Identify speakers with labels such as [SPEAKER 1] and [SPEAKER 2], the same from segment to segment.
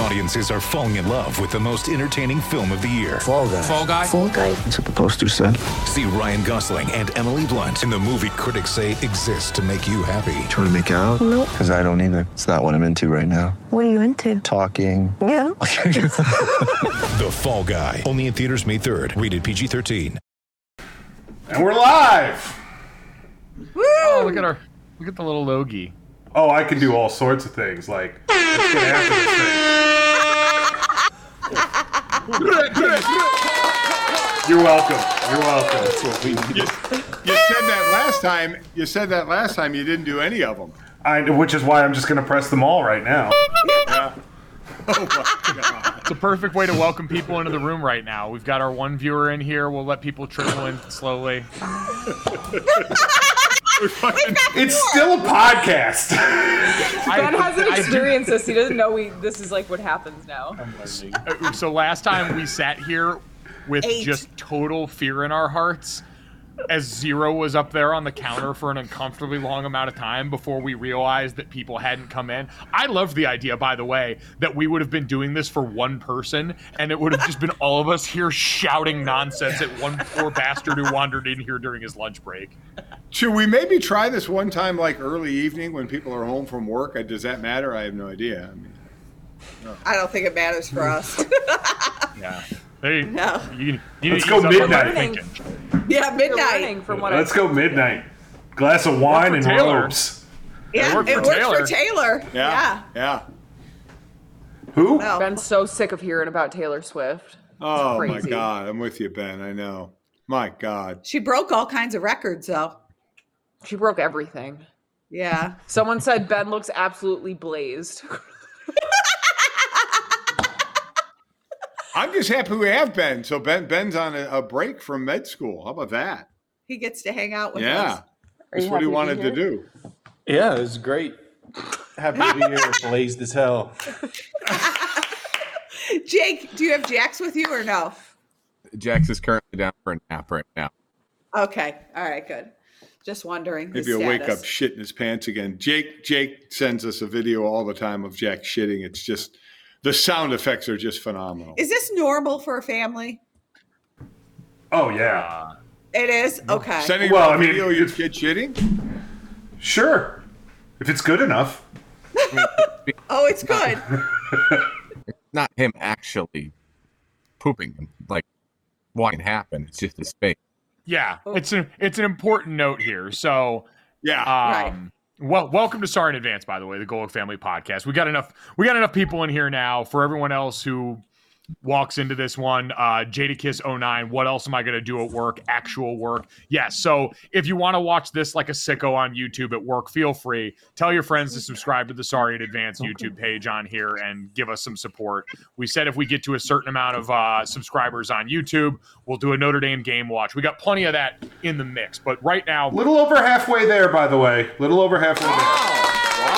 [SPEAKER 1] Audiences are falling in love with the most entertaining film of the year.
[SPEAKER 2] Fall guy. Fall guy.
[SPEAKER 3] Fall guy.
[SPEAKER 2] That's what the poster said.
[SPEAKER 1] See Ryan Gosling and Emily Blunt in the movie critics say exists to make you happy.
[SPEAKER 2] Trying to make it out? Because I don't either. It's not what I'm into right now.
[SPEAKER 4] What are you into?
[SPEAKER 2] Talking.
[SPEAKER 4] Yeah.
[SPEAKER 1] The Fall Guy. Only in theaters May 3rd. Rated PG 13.
[SPEAKER 5] And we're live.
[SPEAKER 6] Oh, look at our look at the little Logie.
[SPEAKER 5] Oh, I can do all sorts of things. Like, let's get after this thing. You're welcome. You're welcome. That's what we you, you said that last time. You said that last time. You didn't do any of them. I, which is why I'm just going to press them all right now.
[SPEAKER 6] It's a perfect way to welcome people into the room right now. We've got our one viewer in here. We'll let people trickle in slowly.
[SPEAKER 5] It's still a podcast.
[SPEAKER 7] Ben hasn't
[SPEAKER 6] I do-
[SPEAKER 7] experienced this. He doesn't know we. This is like what happens now.
[SPEAKER 6] Uh, So last time we sat here with
[SPEAKER 7] Eight.
[SPEAKER 6] just total fear in our hearts as Zero was up there on the counter for an uncomfortably long amount of time before we realized that people hadn't come in. I love the idea, by the way, that we would have been doing this for one person and it would have just been all of us here shouting nonsense at one poor bastard who wandered in here during his lunch break.
[SPEAKER 5] Should we maybe try this one time, like early evening when people are home from work? Uh, Does that matter? I have no idea. I mean,
[SPEAKER 8] I don't think it matters for us.
[SPEAKER 6] Yeah. There you,
[SPEAKER 8] No.
[SPEAKER 6] you, you
[SPEAKER 5] Let's
[SPEAKER 6] you-
[SPEAKER 5] go
[SPEAKER 6] you- something
[SPEAKER 5] midnight.
[SPEAKER 6] I'm thinking.
[SPEAKER 8] yeah,
[SPEAKER 7] You're learning
[SPEAKER 8] midnight.
[SPEAKER 7] from what I,
[SPEAKER 5] go midnight. Glass of wine
[SPEAKER 6] for and Taylor. robes.
[SPEAKER 8] Yeah,
[SPEAKER 6] worked
[SPEAKER 8] it
[SPEAKER 6] for
[SPEAKER 8] worked
[SPEAKER 6] Taylor.
[SPEAKER 8] for Taylor. Yeah.
[SPEAKER 5] Yeah. Who?
[SPEAKER 8] No.
[SPEAKER 7] Ben's so sick of hearing about Taylor Swift.
[SPEAKER 5] Oh my
[SPEAKER 7] Crazy.
[SPEAKER 5] God, I'm with you, Ben. I know. My God,
[SPEAKER 8] She broke all kinds of records, though.
[SPEAKER 7] She broke everything.
[SPEAKER 8] Yeah.
[SPEAKER 7] Someone said Ben looks absolutely blazed.
[SPEAKER 5] I'm just happy we have Ben. So Ben, Ben's on a, a break from med school. How about that?
[SPEAKER 8] He gets to hang out with
[SPEAKER 5] yeah,
[SPEAKER 8] us.
[SPEAKER 5] that's what he wanted to do.
[SPEAKER 9] Yeah, it was great. Happy to be here, blazed as hell.
[SPEAKER 8] Jake, do you have Jax with you or no?
[SPEAKER 9] Jax is currently down for a nap right now.
[SPEAKER 8] Okay. All right, good. Just wondering. his
[SPEAKER 5] Maybe a wake up
[SPEAKER 8] status.
[SPEAKER 5] shit in his pants again. Jake Jake sends us a video all the time of Jack shitting. It's just the sound effects are just phenomenal.
[SPEAKER 8] Is this normal for a family?
[SPEAKER 5] Oh yeah.
[SPEAKER 8] It is? Okay.
[SPEAKER 5] Sending
[SPEAKER 9] Well,
[SPEAKER 5] a
[SPEAKER 9] I mean,
[SPEAKER 5] video your kid shitting?
[SPEAKER 9] Sure, if it's good enough.
[SPEAKER 8] oh, it's good.
[SPEAKER 9] Not him actually pooping him. Like, what can happen? It's just his face.
[SPEAKER 6] Yeah, it's an it's an important note here. So,
[SPEAKER 5] Yeah.
[SPEAKER 6] um, well, welcome to Sorry in Advance, by the way, the Golic Family Podcast. We got enough we got enough people in here now for everyone else who walks into this one. Uh, JadaKiss09, what else am I going to do at work? Actual work. Yes. So if you want to watch this like a sicko on YouTube at work, feel free. Tell your friends to subscribe to the Sorry in Advance YouTube page on here and give us some support. We said if we get to a certain amount of uh, subscribers on YouTube, we'll do a Notre Dame game watch. We got plenty of that in the mix. But right now,
[SPEAKER 5] little over halfway there, by the way. Little over halfway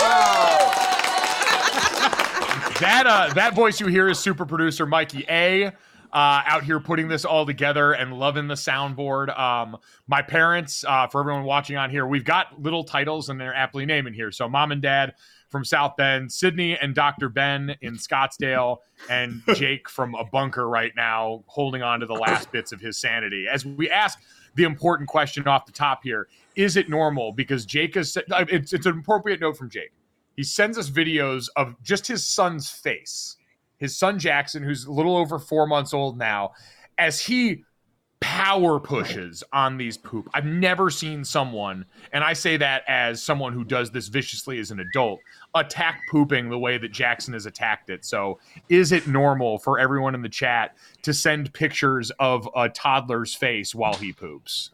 [SPEAKER 6] that uh, that voice you hear is super producer Mikey A. Uh, out here putting this all together and loving the soundboard. Um, my parents, uh, for everyone watching on here, we've got little titles and they're aptly named in here. So, mom and dad from South Bend, Sydney and Dr. Ben in Scottsdale, and Jake from a bunker right now, holding on to the last bits of his sanity. As we ask the important question off the top here: Is it normal? Because Jake is it's it's an appropriate note from Jake. He sends us videos of just his son's face, his son Jackson, who's a little over four months old now, as he power pushes on these poop. I've never seen someone, and I say that as someone who does this viciously as an adult, attack pooping the way that Jackson has attacked it. So, is it normal for everyone in the chat to send pictures of a toddler's face while he poops?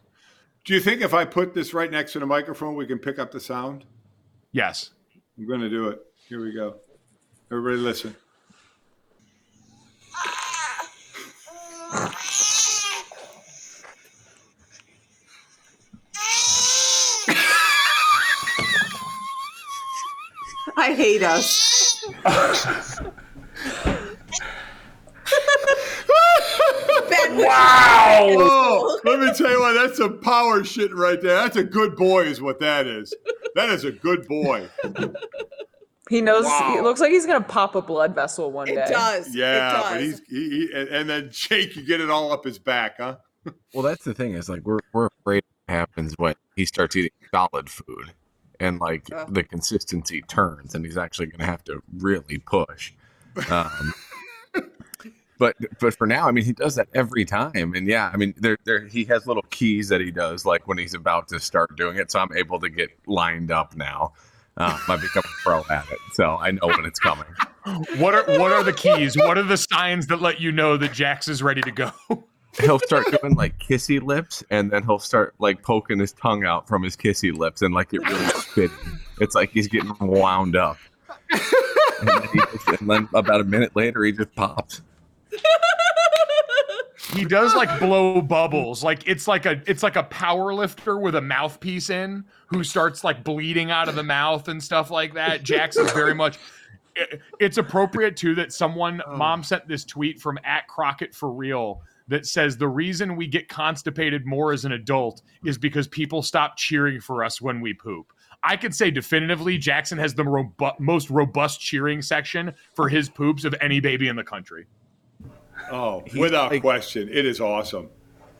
[SPEAKER 2] Do you think if I put this right next to the microphone, we can pick up the sound?
[SPEAKER 6] Yes.
[SPEAKER 2] I'm going to do it. Here we go. Everybody, listen.
[SPEAKER 10] I hate us.
[SPEAKER 2] Wow! let me tell you what, that's some power shit right there. That's a good boy, is what that is. That is a good boy.
[SPEAKER 11] He knows.
[SPEAKER 2] Wow.
[SPEAKER 11] It looks like he's gonna pop a blood vessel one day.
[SPEAKER 2] Yeah, but he's he, he and, and then Jake, you get it all up his back, huh?
[SPEAKER 5] Well, that's the thing is like we're we're afraid it happens when he starts eating solid food, and like
[SPEAKER 2] Yeah.
[SPEAKER 5] the consistency turns, and he's actually going to have to really push. Um, but but for now, I mean, he does that every time, and yeah, I mean, there there he has little keys that he does like when he's about to start doing it, so I'm able to get lined up now. Um, I become a pro at it, so I know when it's coming.
[SPEAKER 6] What are what are the keys? What are the signs that let you know that Jax is ready to go?
[SPEAKER 5] he'll start doing like kissy lips and then he'll start like poking his tongue out from his kissy lips and like it really spit. It's like he's getting wound up. and, then he just- and then about a minute later he just pops.
[SPEAKER 6] He does like blow bubbles. Like it's like a it's like a power lifter with a mouthpiece in who starts like bleeding out of the mouth and stuff like that. Jax is very much it- it's appropriate too that someone mom sent this tweet from at Crockett for real that says the reason we get constipated more as an adult is because people stop cheering for us when we poop. I could say definitively Jackson has the robu- most robust cheering section for his poops of any baby in the country.
[SPEAKER 2] Oh, without question, it is awesome.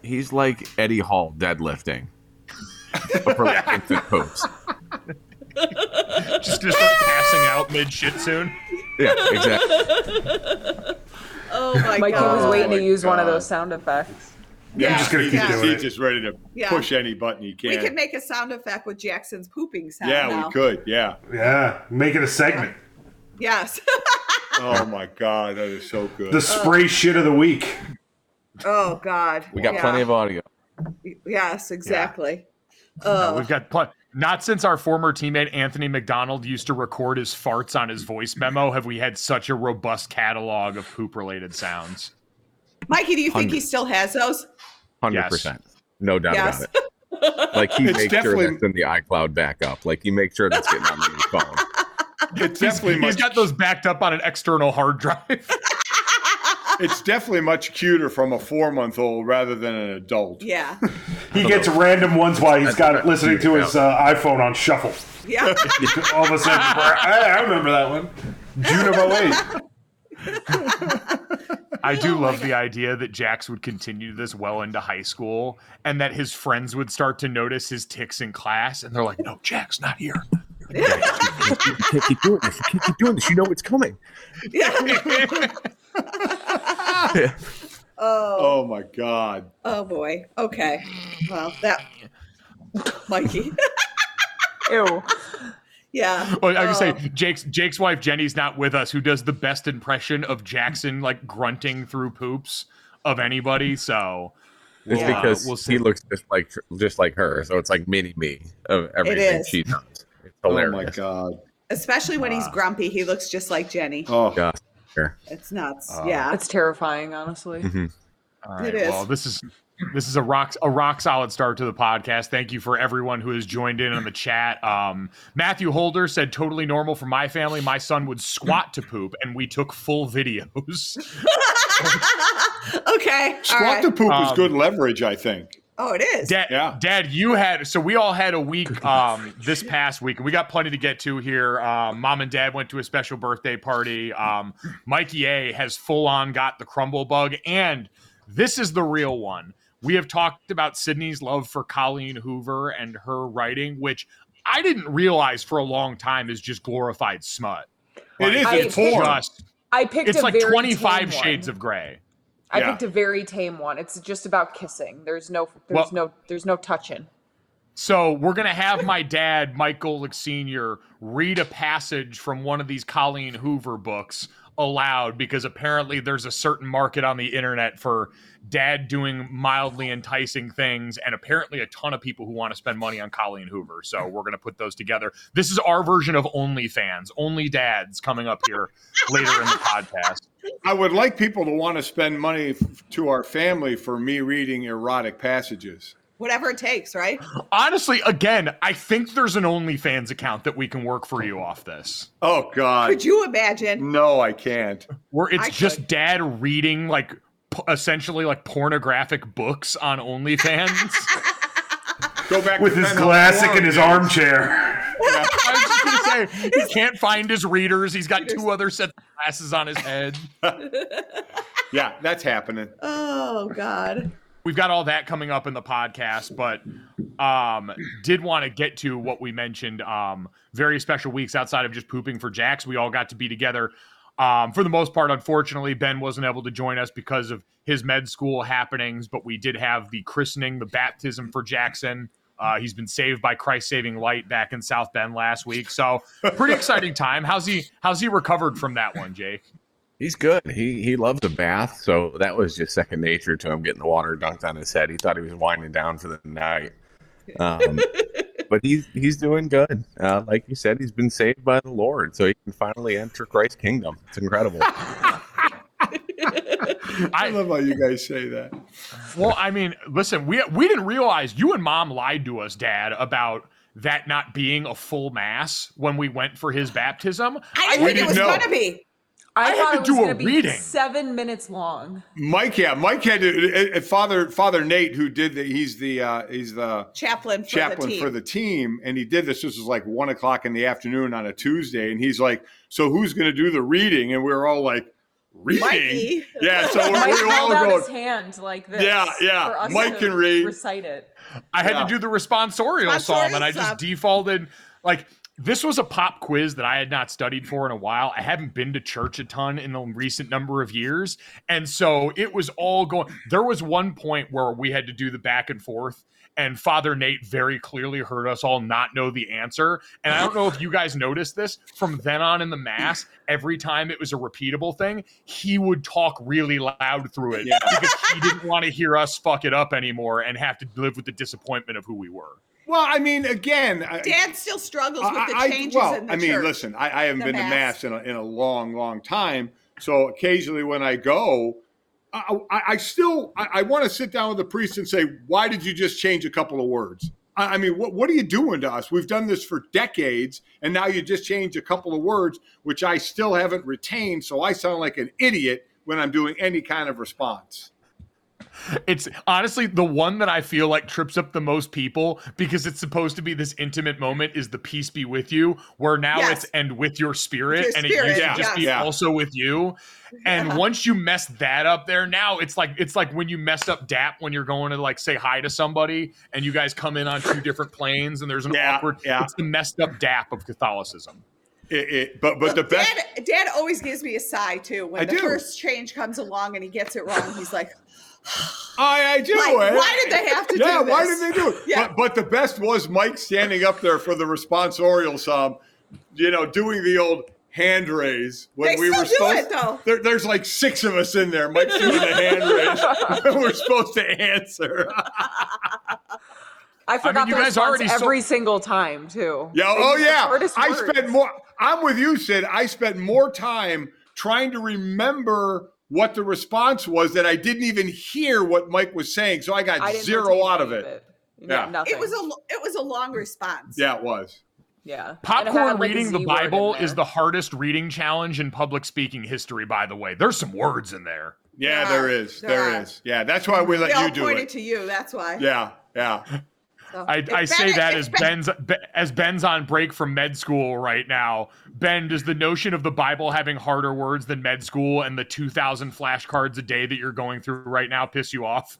[SPEAKER 5] He's like Eddie Hall deadlifting. But for like infant poops.
[SPEAKER 6] Just to start passing out mid shit soon.
[SPEAKER 5] Yeah, exactly.
[SPEAKER 10] Oh my
[SPEAKER 11] Mikey
[SPEAKER 10] god.
[SPEAKER 11] was waiting
[SPEAKER 2] Oh
[SPEAKER 11] to
[SPEAKER 2] my
[SPEAKER 11] use one of
[SPEAKER 2] God.
[SPEAKER 11] those sound effects.
[SPEAKER 10] Yeah,
[SPEAKER 2] he's
[SPEAKER 10] gonna keep
[SPEAKER 2] he's
[SPEAKER 10] doing
[SPEAKER 2] He's just ready to
[SPEAKER 10] Yeah.
[SPEAKER 2] push any button he can.
[SPEAKER 10] We could make a sound effect with Jackson's pooping sound.
[SPEAKER 2] yeah,
[SPEAKER 10] now.
[SPEAKER 2] we could. Yeah. Yeah. Make it a segment.
[SPEAKER 10] Yes.
[SPEAKER 2] Oh my god, that is so good.
[SPEAKER 12] The spray shit of the week.
[SPEAKER 10] oh God.
[SPEAKER 5] We got
[SPEAKER 10] Yeah.
[SPEAKER 5] plenty of audio.
[SPEAKER 10] Yes, exactly.
[SPEAKER 6] No, we've got pl- not since our former teammate Anthony McDonald used to record his farts on his voice memo have we had such a robust catalog of poop related sounds.
[SPEAKER 10] Mikey, do you think he
[SPEAKER 5] Hundred.
[SPEAKER 10] still has those?
[SPEAKER 5] Hundred percent. No doubt
[SPEAKER 10] Yes.
[SPEAKER 5] about it. Like he
[SPEAKER 2] It's
[SPEAKER 5] makes
[SPEAKER 2] definitely-
[SPEAKER 5] sure that's in the iCloud backup. Like he makes sure that's getting on the phone.
[SPEAKER 2] It's definitely
[SPEAKER 6] He's got those backed up on an external hard drive.
[SPEAKER 2] it's definitely much cuter from a four month old rather than an adult.
[SPEAKER 10] Yeah.
[SPEAKER 12] He gets random ones while he's got listening to his uh, iPhone on shuffle.
[SPEAKER 10] Yeah.
[SPEAKER 12] All of a sudden, I, I remember that one. June of 08.
[SPEAKER 6] I do love the idea that Jax would continue this well into high school and that his friends would start to notice his ticks in class and they're like, no, Jack's not here.
[SPEAKER 5] You can't keep doing this. You can't keep doing this. You know it's coming.
[SPEAKER 10] Yeah. oh.
[SPEAKER 2] Oh my god.
[SPEAKER 10] Oh boy. Okay. Well, that Mikey.
[SPEAKER 11] Ew.
[SPEAKER 10] Yeah.
[SPEAKER 6] Well, I can say
[SPEAKER 10] Oh.
[SPEAKER 6] Jake's Jake's wife Jenny's not with us, who does the best impression of Jackson like grunting through poops of anybody. So
[SPEAKER 5] It's
[SPEAKER 6] we'll, uh,
[SPEAKER 5] because
[SPEAKER 6] we'll
[SPEAKER 5] he looks just like just like her, so it's like mini me of everything
[SPEAKER 10] is.
[SPEAKER 5] she does. It's
[SPEAKER 2] Oh my
[SPEAKER 5] hilarious.
[SPEAKER 2] god!
[SPEAKER 10] Especially when he's grumpy, he looks just like Jenny.
[SPEAKER 2] Oh
[SPEAKER 5] yeah.
[SPEAKER 10] It's nuts.
[SPEAKER 6] Uh,
[SPEAKER 10] yeah.
[SPEAKER 11] It's terrifying, honestly.
[SPEAKER 6] All
[SPEAKER 10] It
[SPEAKER 6] right.
[SPEAKER 10] is.
[SPEAKER 6] Well, this is this is a rock a rock solid start to the podcast. Thank you for everyone who has joined in on the chat. Um, Matthew Holder said totally normal for my family. My son would squat to poop, and we took full videos.
[SPEAKER 10] okay.
[SPEAKER 2] Squat
[SPEAKER 10] all right.
[SPEAKER 2] to poop is
[SPEAKER 6] Um,
[SPEAKER 2] good leverage, I think.
[SPEAKER 10] Oh, it is.
[SPEAKER 6] Dad, Dad, you had so we all had a week um, this past week, and we got plenty to get to here. Um, Mom and Dad went to a special birthday party. Um, Mikey A has full on got the crumble bug, and this is the real one. We have talked about Sydney's love for Colleen Hoover and her writing, which I didn't realize for a long time is just glorified smut.
[SPEAKER 7] It is, it's I- porn. I picked
[SPEAKER 6] It's
[SPEAKER 7] a
[SPEAKER 6] like
[SPEAKER 7] very
[SPEAKER 6] twenty
[SPEAKER 7] tame
[SPEAKER 6] five
[SPEAKER 7] one.
[SPEAKER 6] shades of gray.
[SPEAKER 7] I
[SPEAKER 6] Yeah.
[SPEAKER 7] picked a very tame one. It's just about kissing. There's no there's
[SPEAKER 6] Well-
[SPEAKER 7] no there's no touching.
[SPEAKER 6] So we're gonna have my dad, Mike Golick Sr., read a passage from one of these Colleen Hoover books aloud because apparently there's a certain market on the internet for dad doing mildly enticing things, and apparently a ton of people who want to spend money on Colleen Hoover. So we're gonna put those together. This is our version of OnlyFans, only dads coming up here later in the podcast.
[SPEAKER 5] I would like people to want to spend money f- to our family for me reading erotic passages.
[SPEAKER 8] Whatever it takes, right?
[SPEAKER 6] Honestly, again, I think there's an OnlyFans account that we can work for you off this.
[SPEAKER 5] Oh God!
[SPEAKER 8] Could you imagine?
[SPEAKER 5] No, I can't.
[SPEAKER 6] Where it's
[SPEAKER 8] I
[SPEAKER 6] just dad reading like p- essentially like pornographic books on OnlyFans.
[SPEAKER 5] Go back
[SPEAKER 13] With
[SPEAKER 6] to
[SPEAKER 13] his
[SPEAKER 6] Penhall
[SPEAKER 13] classic
[SPEAKER 6] Forum,
[SPEAKER 13] in his
[SPEAKER 6] dude.
[SPEAKER 13] armchair.
[SPEAKER 6] Yeah. I was just gonna say he can't find his readers. He's got two other sets of glasses on his head.
[SPEAKER 5] yeah, that's happening.
[SPEAKER 8] Oh God.
[SPEAKER 6] We've got all that coming up in the podcast, but um did want to get to what we mentioned um very special weeks outside of just pooping for Jax. We all got to be together. Um, for the most part, unfortunately, Ben wasn't able to join us because of his med school happenings, but we did have the christening, the baptism for Jackson. Uh, he's been saved by Christ saving light back in South Bend last week. So pretty exciting time. How's he how's he recovered from that one, Jake?
[SPEAKER 9] He's good. He he loves a bath, so that was just second nature to him getting the water dunked on his head. He thought he was winding down for the night, um, but he's he's doing good. Uh, like you said, he's been saved by the Lord, so he can finally enter Christ's kingdom. It's incredible.
[SPEAKER 5] I love how you guys say that.
[SPEAKER 6] Well, I mean, listen, we we didn't realize you and mom lied to us, dad, about that not being a full mass when we went for his baptism.
[SPEAKER 8] I didn't
[SPEAKER 6] We
[SPEAKER 8] think it was
[SPEAKER 6] know.
[SPEAKER 8] gonna be.
[SPEAKER 6] I had
[SPEAKER 7] thought
[SPEAKER 6] to
[SPEAKER 7] it was
[SPEAKER 6] do a
[SPEAKER 7] gonna be
[SPEAKER 6] reading.
[SPEAKER 7] Seven minutes long.
[SPEAKER 5] Mike, yeah, Mike had to, uh, uh, father father Nate, who did the he's the uh, he's the
[SPEAKER 8] Chaplain for
[SPEAKER 5] chaplain
[SPEAKER 8] the team.
[SPEAKER 5] for the team, and he did this. This was like one o'clock in the afternoon on a Tuesday, and he's like, "So who's going to do the reading?" And we are all like, "Reading,
[SPEAKER 7] Mikey.
[SPEAKER 5] yeah." So we
[SPEAKER 7] Mike
[SPEAKER 5] were all
[SPEAKER 7] held out
[SPEAKER 5] going,
[SPEAKER 7] his hand like this.
[SPEAKER 5] Yeah, yeah.
[SPEAKER 7] for us
[SPEAKER 5] Mike
[SPEAKER 7] to
[SPEAKER 5] can read.
[SPEAKER 7] Recite it.
[SPEAKER 6] I had
[SPEAKER 5] Yeah.
[SPEAKER 6] to do the responsorial, psalm, and I just
[SPEAKER 7] psalm.
[SPEAKER 6] defaulted. Like this was a pop quiz that I had not studied for in a while. I haven't been to church a ton in the recent number of years, and so it was all going. There was one point where we had to do the back and forth. And Father Nate very clearly heard us all not know the answer. And I don't know if you guys noticed this from then on in the Mass, every time it was a repeatable thing, he would talk really loud through it
[SPEAKER 5] Yeah.
[SPEAKER 6] because he didn't want to hear us fuck it up anymore and have to live with the disappointment of who we were.
[SPEAKER 5] "Well, I mean, again, I,
[SPEAKER 8] Dad still struggles
[SPEAKER 5] I-
[SPEAKER 8] with the
[SPEAKER 5] I-
[SPEAKER 8] changes
[SPEAKER 5] well,
[SPEAKER 8] in the
[SPEAKER 5] I mean,
[SPEAKER 8] church.
[SPEAKER 5] listen, I, I haven't
[SPEAKER 8] The
[SPEAKER 5] been to
[SPEAKER 8] mass.
[SPEAKER 5] mass in a, in a long, long time. So occasionally when I go, I, I, I still I, I want to sit down with the priest and say, why did you just change a couple of words? I, I mean, what what are you doing to us? We've done this for decades, and now you just change a couple of words, which I still haven't retained. So I sound like an idiot when I'm doing any kind of response.
[SPEAKER 6] It's honestly the one that I feel like trips up the most people because it's supposed to be this intimate moment is the peace be with you, where now
[SPEAKER 8] Yes.
[SPEAKER 6] it's and with your spirit,
[SPEAKER 8] With your
[SPEAKER 6] and it
[SPEAKER 8] spirit,
[SPEAKER 6] used to just
[SPEAKER 8] yes.
[SPEAKER 6] be
[SPEAKER 8] Yeah.
[SPEAKER 6] also with you. And once you mess that up there, now it's like it's like when you mess up DAP when you're going to like say hi to somebody and you guys come in on two different planes and there's an awkward
[SPEAKER 5] yeah.
[SPEAKER 6] it's the messed up DAP of Catholicism.
[SPEAKER 5] It, it, but but the best
[SPEAKER 8] Dad, Dad always gives me a sigh too when
[SPEAKER 5] I
[SPEAKER 8] the
[SPEAKER 5] do.
[SPEAKER 8] first change comes along and he gets it wrong. He's like,
[SPEAKER 5] I, I do.
[SPEAKER 8] Like,
[SPEAKER 5] eh?
[SPEAKER 8] why did they have to do
[SPEAKER 5] yeah, why
[SPEAKER 8] this?
[SPEAKER 5] did they do it?
[SPEAKER 8] Yeah.
[SPEAKER 5] But, but the best was Mike standing up there for the responsorial psalm, you know, doing the old hand raise when
[SPEAKER 8] They
[SPEAKER 5] we
[SPEAKER 8] still
[SPEAKER 5] were
[SPEAKER 8] do
[SPEAKER 5] supposed
[SPEAKER 8] it, though.
[SPEAKER 5] There, there's like six of us in there. Mike's doing the hand raise. when we're supposed to answer.
[SPEAKER 7] I forgot
[SPEAKER 5] you
[SPEAKER 7] the
[SPEAKER 5] guys
[SPEAKER 7] response
[SPEAKER 5] already so-
[SPEAKER 7] every single time too.
[SPEAKER 5] Yeah.
[SPEAKER 7] They
[SPEAKER 5] Oh
[SPEAKER 7] use the
[SPEAKER 5] yeah.
[SPEAKER 7] hardest
[SPEAKER 5] I
[SPEAKER 7] words.
[SPEAKER 5] spent more. I'm with you, Sid. I spent more time trying to remember what the response was that I didn't even hear what Mike was saying, so I got
[SPEAKER 8] I didn't
[SPEAKER 5] zero
[SPEAKER 8] retain any
[SPEAKER 5] out of
[SPEAKER 8] of
[SPEAKER 5] it.
[SPEAKER 8] it.
[SPEAKER 5] Yeah.
[SPEAKER 8] it was a lo- it was a long response.
[SPEAKER 5] Yeah, it was.
[SPEAKER 8] Yeah.
[SPEAKER 6] Popcorn reading the Bible is the hardest reading challenge in public speaking history, by the way. There's some words in there.
[SPEAKER 5] Yeah,
[SPEAKER 8] Yeah,
[SPEAKER 5] there is.
[SPEAKER 8] there
[SPEAKER 5] There
[SPEAKER 8] are.
[SPEAKER 5] is. Yeah, that's why we
[SPEAKER 8] they
[SPEAKER 5] let
[SPEAKER 8] all
[SPEAKER 5] you do
[SPEAKER 8] pointed
[SPEAKER 5] it.
[SPEAKER 8] to you. That's why.
[SPEAKER 5] Yeah, yeah.
[SPEAKER 8] So,
[SPEAKER 6] I,
[SPEAKER 8] if
[SPEAKER 6] I say
[SPEAKER 8] Ben-
[SPEAKER 6] that
[SPEAKER 8] if
[SPEAKER 6] as
[SPEAKER 8] Ben-
[SPEAKER 6] Ben's Be- as Ben's on break from med school right now. Ben, does the notion of the Bible having harder words than med school and the 2,000 flashcards a day that you're going through right now piss you off?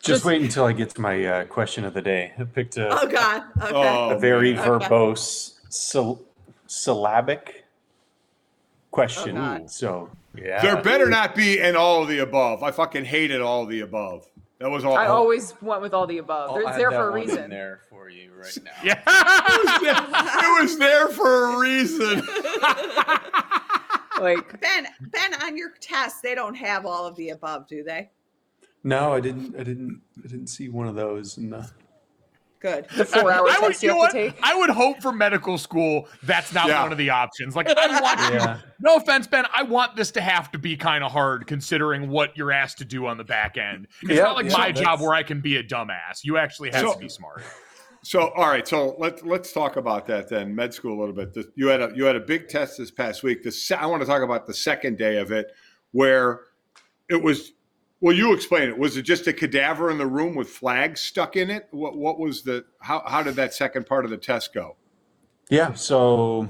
[SPEAKER 5] Just wait until I get to my uh, question of the day. I picked a,
[SPEAKER 10] Oh God. Okay.
[SPEAKER 5] a very
[SPEAKER 10] Okay.
[SPEAKER 5] verbose syl- syllabic question.
[SPEAKER 8] Oh, God.
[SPEAKER 5] so yeah,
[SPEAKER 8] There better not be an all of the above. I fucking hated all of the above. That was all.
[SPEAKER 4] I always went with all the above.
[SPEAKER 8] I'll
[SPEAKER 4] They're- It's
[SPEAKER 8] add
[SPEAKER 4] there
[SPEAKER 8] that
[SPEAKER 4] for a
[SPEAKER 8] one in
[SPEAKER 4] reason.
[SPEAKER 5] there for you right now.
[SPEAKER 6] Yeah.
[SPEAKER 8] it was there for a reason.
[SPEAKER 6] like
[SPEAKER 10] Ben, Ben, on your test, they don't have all of the above, do they?
[SPEAKER 5] No, I didn't. I didn't. I didn't see one of those. And uh,
[SPEAKER 10] Good.
[SPEAKER 6] The
[SPEAKER 10] four hour
[SPEAKER 6] I would,
[SPEAKER 10] test you
[SPEAKER 6] know
[SPEAKER 10] have to
[SPEAKER 6] what? I would hope for medical school that's not
[SPEAKER 8] Yeah.
[SPEAKER 6] one of the options. Like I want
[SPEAKER 5] Yeah.
[SPEAKER 6] no offense, Ben, I want this to have to be kind of hard considering what you're asked to do on the back end. It's
[SPEAKER 8] Yeah,
[SPEAKER 6] not like
[SPEAKER 8] yeah,
[SPEAKER 6] my
[SPEAKER 8] that's-
[SPEAKER 6] job where I can be a dumbass. You actually have
[SPEAKER 8] So-
[SPEAKER 6] to be smart.
[SPEAKER 8] So, all right. So let's let's talk about that then. Med school a little bit. The- you had a you had a big test this past week. The se- I want to talk about the second day of it, where it was. Well, you explain it. Was it just a cadaver in the room with flags stuck in it? What what was the how how did that second part of the test go?
[SPEAKER 5] yeah. So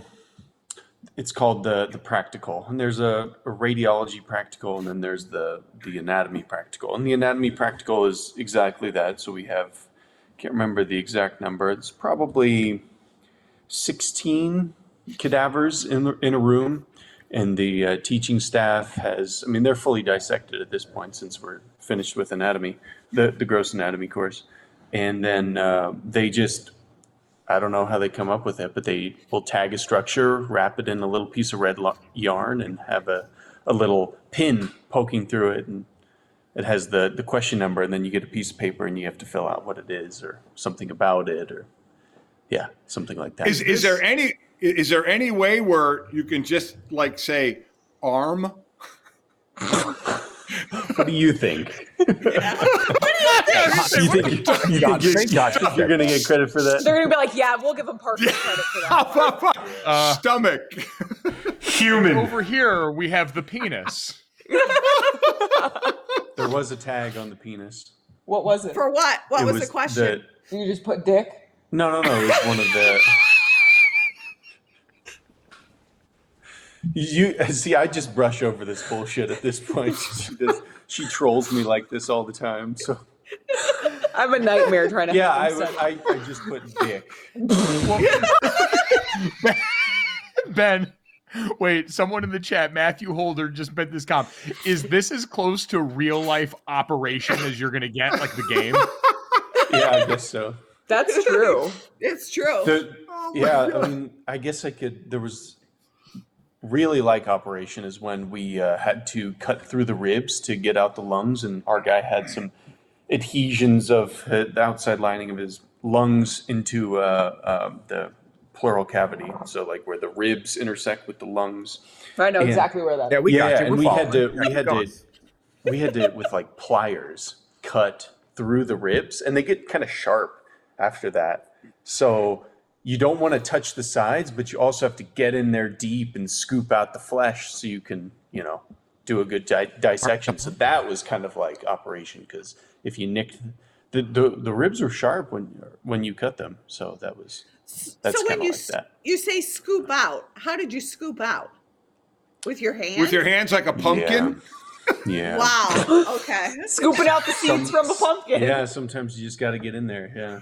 [SPEAKER 5] it's called the the practical, and there's a, a radiology practical, and then there's the the anatomy practical, and the anatomy practical is exactly that. So we have can't remember the exact number. It's probably sixteen cadavers in the- in a room, and the uh, teaching staff has. I mean, they're fully dissected at this point since we're finished with anatomy, the the gross anatomy course, and then uh, they just I don't know how they come up with it, but they will tag a structure, wrap it in a little piece of red lo- yarn, and have a, a little pin poking through it, and it has the, the question number, and then you get a piece of paper and you have to fill out what it is or something about it or yeah, something like that.
[SPEAKER 8] Is is there any is there any way where you can just like say arm?
[SPEAKER 5] what do you think?
[SPEAKER 8] Yes.
[SPEAKER 5] you think, you think
[SPEAKER 8] God,
[SPEAKER 5] you're,
[SPEAKER 8] thank God.
[SPEAKER 5] you're gonna get credit for that?
[SPEAKER 4] They're gonna be like, yeah, we'll give them partial credit for that.
[SPEAKER 8] Stomach.
[SPEAKER 6] Human. Over here we have the penis.
[SPEAKER 5] There was a tag on the penis.
[SPEAKER 4] What was it?
[SPEAKER 10] For what? What
[SPEAKER 5] It
[SPEAKER 10] was,
[SPEAKER 5] was
[SPEAKER 10] the question? you just put dick?
[SPEAKER 5] No, no, no. It was one of the. You see, I just brush over this bullshit at this point. She does, she trolls me like this all the time. So
[SPEAKER 4] I'm a nightmare trying to.
[SPEAKER 5] yeah, I,
[SPEAKER 4] have
[SPEAKER 5] was- I, I just put dick.
[SPEAKER 6] Ben, wait, someone in the chat, Matthew Holder, just bet this comp. Is this as close to real life operation as you're gonna get, like the game?
[SPEAKER 5] Yeah, I guess so.
[SPEAKER 4] That's true.
[SPEAKER 10] it's true. Oh,
[SPEAKER 5] The- yeah, I mean, I guess I could. There was really like operation is when we uh, had to cut through the ribs to get out the lungs, and our guy had some adhesions of uh, the outside lining of his lungs into uh, um the pleural cavity. So, like where the ribs intersect with the lungs.
[SPEAKER 4] I know
[SPEAKER 5] And-
[SPEAKER 4] exactly where that. is.
[SPEAKER 5] and we had to, we had to, we had to with like pliers cut through the ribs, and they get kind of sharp after that. So you don't want to touch the sides, but you also have to get in there deep and scoop out the flesh so you can, you know, do a good di- dissection. So that was kind of like operation because if you nicked. The, the, the ribs were sharp when when you cut them, so that was that's
[SPEAKER 10] so
[SPEAKER 5] kind
[SPEAKER 10] when
[SPEAKER 5] of
[SPEAKER 10] you
[SPEAKER 5] like
[SPEAKER 10] s-
[SPEAKER 5] that.
[SPEAKER 10] you say scoop out, how did you scoop out? With your hand?
[SPEAKER 8] With your hands like a pumpkin?
[SPEAKER 5] Yeah.
[SPEAKER 10] Wow. Okay.
[SPEAKER 4] Scooping out the seeds
[SPEAKER 5] Some-
[SPEAKER 4] from a pumpkin.
[SPEAKER 5] Yeah, sometimes you just got to get in there. Yeah.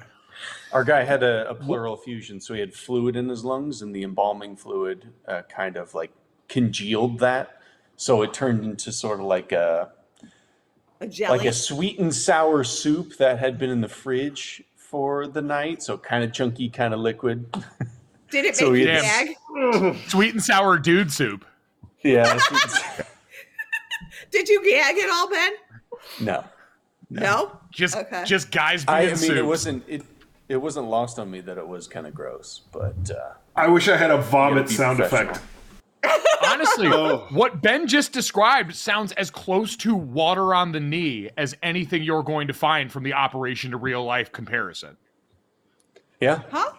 [SPEAKER 5] Our guy had a, a pleural effusion, so he had fluid in his lungs, and the embalming fluid uh, kind of like congealed that, so it turned into sort of like a
[SPEAKER 10] A jelly.
[SPEAKER 5] like a sweet and sour soup that had been in the fridge for the night. So kind of chunky, kind of liquid.
[SPEAKER 10] Did it
[SPEAKER 5] so
[SPEAKER 10] make
[SPEAKER 5] we
[SPEAKER 10] you
[SPEAKER 5] had-
[SPEAKER 10] gag?
[SPEAKER 6] Sweet and sour dude soup.
[SPEAKER 5] Yeah. sweet and
[SPEAKER 10] Did you gag at all, Ben?
[SPEAKER 5] No.
[SPEAKER 10] No.
[SPEAKER 6] Just
[SPEAKER 10] Okay.
[SPEAKER 6] just guys being
[SPEAKER 5] I, I mean,
[SPEAKER 6] soup.
[SPEAKER 5] it wasn't it. It wasn't lost on me that it was kind of gross, but uh,
[SPEAKER 14] I wish I had a vomit
[SPEAKER 5] be
[SPEAKER 14] sound
[SPEAKER 5] professional.
[SPEAKER 14] effect.
[SPEAKER 6] Honestly,
[SPEAKER 8] Oh.
[SPEAKER 6] what Ben just described sounds as close to water on the knee as anything you're going to find from the operation to real life comparison.
[SPEAKER 5] Yeah.
[SPEAKER 10] Huh?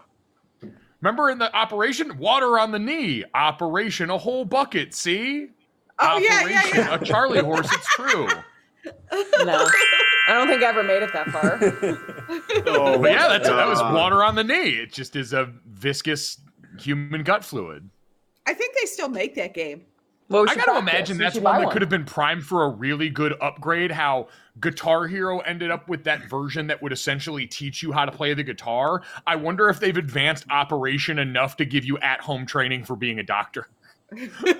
[SPEAKER 6] Remember in the operation, water on the knee, operation a whole bucket, see?
[SPEAKER 4] Oh, yeah,
[SPEAKER 6] operation,
[SPEAKER 4] yeah, yeah.
[SPEAKER 6] a Charlie horse, it's true.
[SPEAKER 4] No, I don't think I ever made it that far.
[SPEAKER 6] Oh, but yeah, that's, that was
[SPEAKER 4] God.
[SPEAKER 6] water on the knee. It just is a viscous human gut fluid.
[SPEAKER 10] I think they still make that game.
[SPEAKER 4] Well, we
[SPEAKER 6] I
[SPEAKER 4] should
[SPEAKER 6] gotta
[SPEAKER 4] practice.
[SPEAKER 6] imagine
[SPEAKER 4] We
[SPEAKER 6] that's
[SPEAKER 4] should
[SPEAKER 6] one
[SPEAKER 4] buy
[SPEAKER 6] that
[SPEAKER 4] one.
[SPEAKER 6] could have been primed for a really good upgrade. How Guitar Hero ended up with that version that would essentially teach you how to play the guitar. I wonder if they've advanced operation enough to give you at-home training for being a doctor.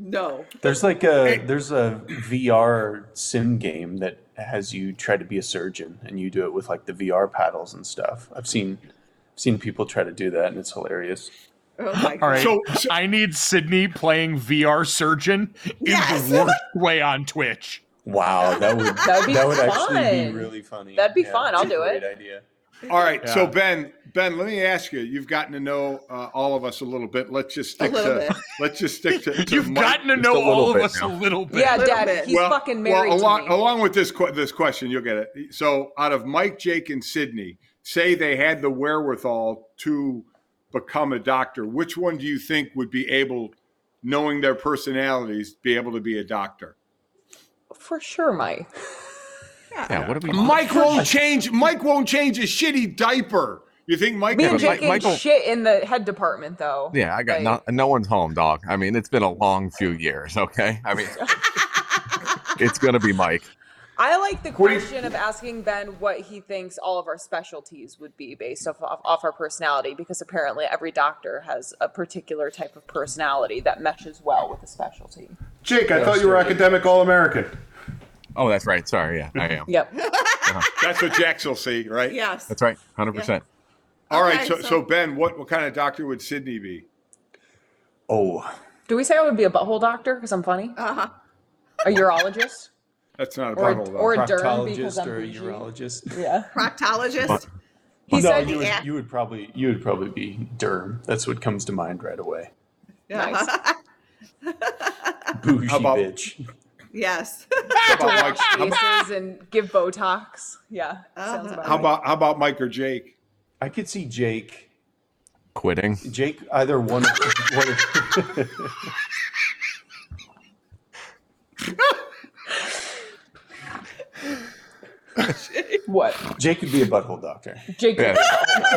[SPEAKER 4] No.
[SPEAKER 10] There's like a there's a VR sim game that has you try to be a surgeon and you do it with like the VR paddles and stuff. I've seen seen people try to do that and it's hilarious. Oh
[SPEAKER 6] All right, so I need Sydney playing VR surgeon in the worst way on Twitch.
[SPEAKER 10] Wow, that would
[SPEAKER 4] That'd be fun.
[SPEAKER 10] funny.
[SPEAKER 4] That'd be fun. I'll do it.
[SPEAKER 15] All right, so
[SPEAKER 4] Yeah.
[SPEAKER 15] Ben, Ben, let me ask you. You've gotten to know uh, all of us a little bit. Let's just stick
[SPEAKER 4] little
[SPEAKER 15] to.
[SPEAKER 4] bit.
[SPEAKER 15] Let's just stick to. to
[SPEAKER 6] You've
[SPEAKER 15] Mike.
[SPEAKER 6] gotten to know all of us a little bit.
[SPEAKER 4] Yeah, Little Dad, bit. he's fucking married
[SPEAKER 15] Well,
[SPEAKER 4] to
[SPEAKER 15] along
[SPEAKER 4] me.
[SPEAKER 15] along with this que- this question, you'll get it. So, out of Mike, Jake, and Sydney, say they had the wherewithal to become a doctor. Which one do you think would be able, knowing their personalities, be able to be a doctor?
[SPEAKER 4] For sure, Mike.
[SPEAKER 16] Yeah, what are we?
[SPEAKER 15] Mike won't change. Mike won't change his shitty diaper. You think Mike?
[SPEAKER 4] Me
[SPEAKER 16] Yeah,
[SPEAKER 4] and
[SPEAKER 16] but Mike-
[SPEAKER 4] Jake ain't
[SPEAKER 16] Michael-
[SPEAKER 4] shit in the head department, though.
[SPEAKER 16] Yeah, I got no, no one's home, dog. I mean, it's been a long few years. Okay, I mean, it's gonna be Mike.
[SPEAKER 4] I like the
[SPEAKER 16] What do you-
[SPEAKER 4] question of asking Ben what he thinks all of our specialties would be based off, off, off our personality, because apparently every doctor has a particular type of personality that meshes well with a specialty.
[SPEAKER 5] Jake, I thought you were academic all American.
[SPEAKER 16] Oh, that's right. Sorry, yeah, I am. Uh-huh.
[SPEAKER 4] Yep.
[SPEAKER 15] That's what Jax will see, right?
[SPEAKER 4] Yes.
[SPEAKER 16] That's right, hundred percent.
[SPEAKER 15] All right.
[SPEAKER 4] Okay,
[SPEAKER 15] so, so,
[SPEAKER 4] so-
[SPEAKER 15] Ben, what, what kind of doctor would Sydney be?
[SPEAKER 10] Oh,
[SPEAKER 4] Do we say I would be a butthole doctor because I'm funny? Uh
[SPEAKER 8] Uh-huh.
[SPEAKER 4] huh. A urologist?
[SPEAKER 15] that's not a
[SPEAKER 4] Or a-
[SPEAKER 15] butthole.
[SPEAKER 4] or a
[SPEAKER 15] doctor.
[SPEAKER 4] derm because I'm
[SPEAKER 10] or a
[SPEAKER 4] PG.
[SPEAKER 10] urologist.
[SPEAKER 4] Yeah.
[SPEAKER 10] But-
[SPEAKER 8] Proctologist.
[SPEAKER 4] He
[SPEAKER 10] Oh, no,
[SPEAKER 4] said
[SPEAKER 10] you
[SPEAKER 4] the
[SPEAKER 10] would,
[SPEAKER 4] act-
[SPEAKER 10] you would probably you would probably be derm. That's what comes to mind right away.
[SPEAKER 8] Nice.
[SPEAKER 10] Bougie bitch.
[SPEAKER 8] yes.
[SPEAKER 15] about Mike- how about-
[SPEAKER 4] Faces and give Botox. Yeah.
[SPEAKER 8] Uh-huh.
[SPEAKER 4] Sounds about
[SPEAKER 15] How
[SPEAKER 4] right.
[SPEAKER 15] about how about Mike or Jake?
[SPEAKER 10] I could see Jake
[SPEAKER 16] quitting.
[SPEAKER 10] Jake either one of, one of
[SPEAKER 4] What?
[SPEAKER 10] Jake could be a butthole doctor.
[SPEAKER 4] Jake.
[SPEAKER 10] Yeah.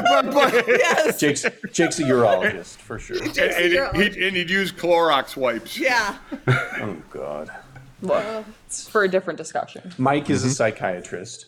[SPEAKER 15] yes.
[SPEAKER 10] Jake's Jake's a urologist for sure.
[SPEAKER 15] And, and he'd, he'd- and he'd use Clorox wipes.
[SPEAKER 8] Yeah.
[SPEAKER 10] Oh God.
[SPEAKER 4] Look, it's for a different discussion.
[SPEAKER 10] Mike is a psychiatrist.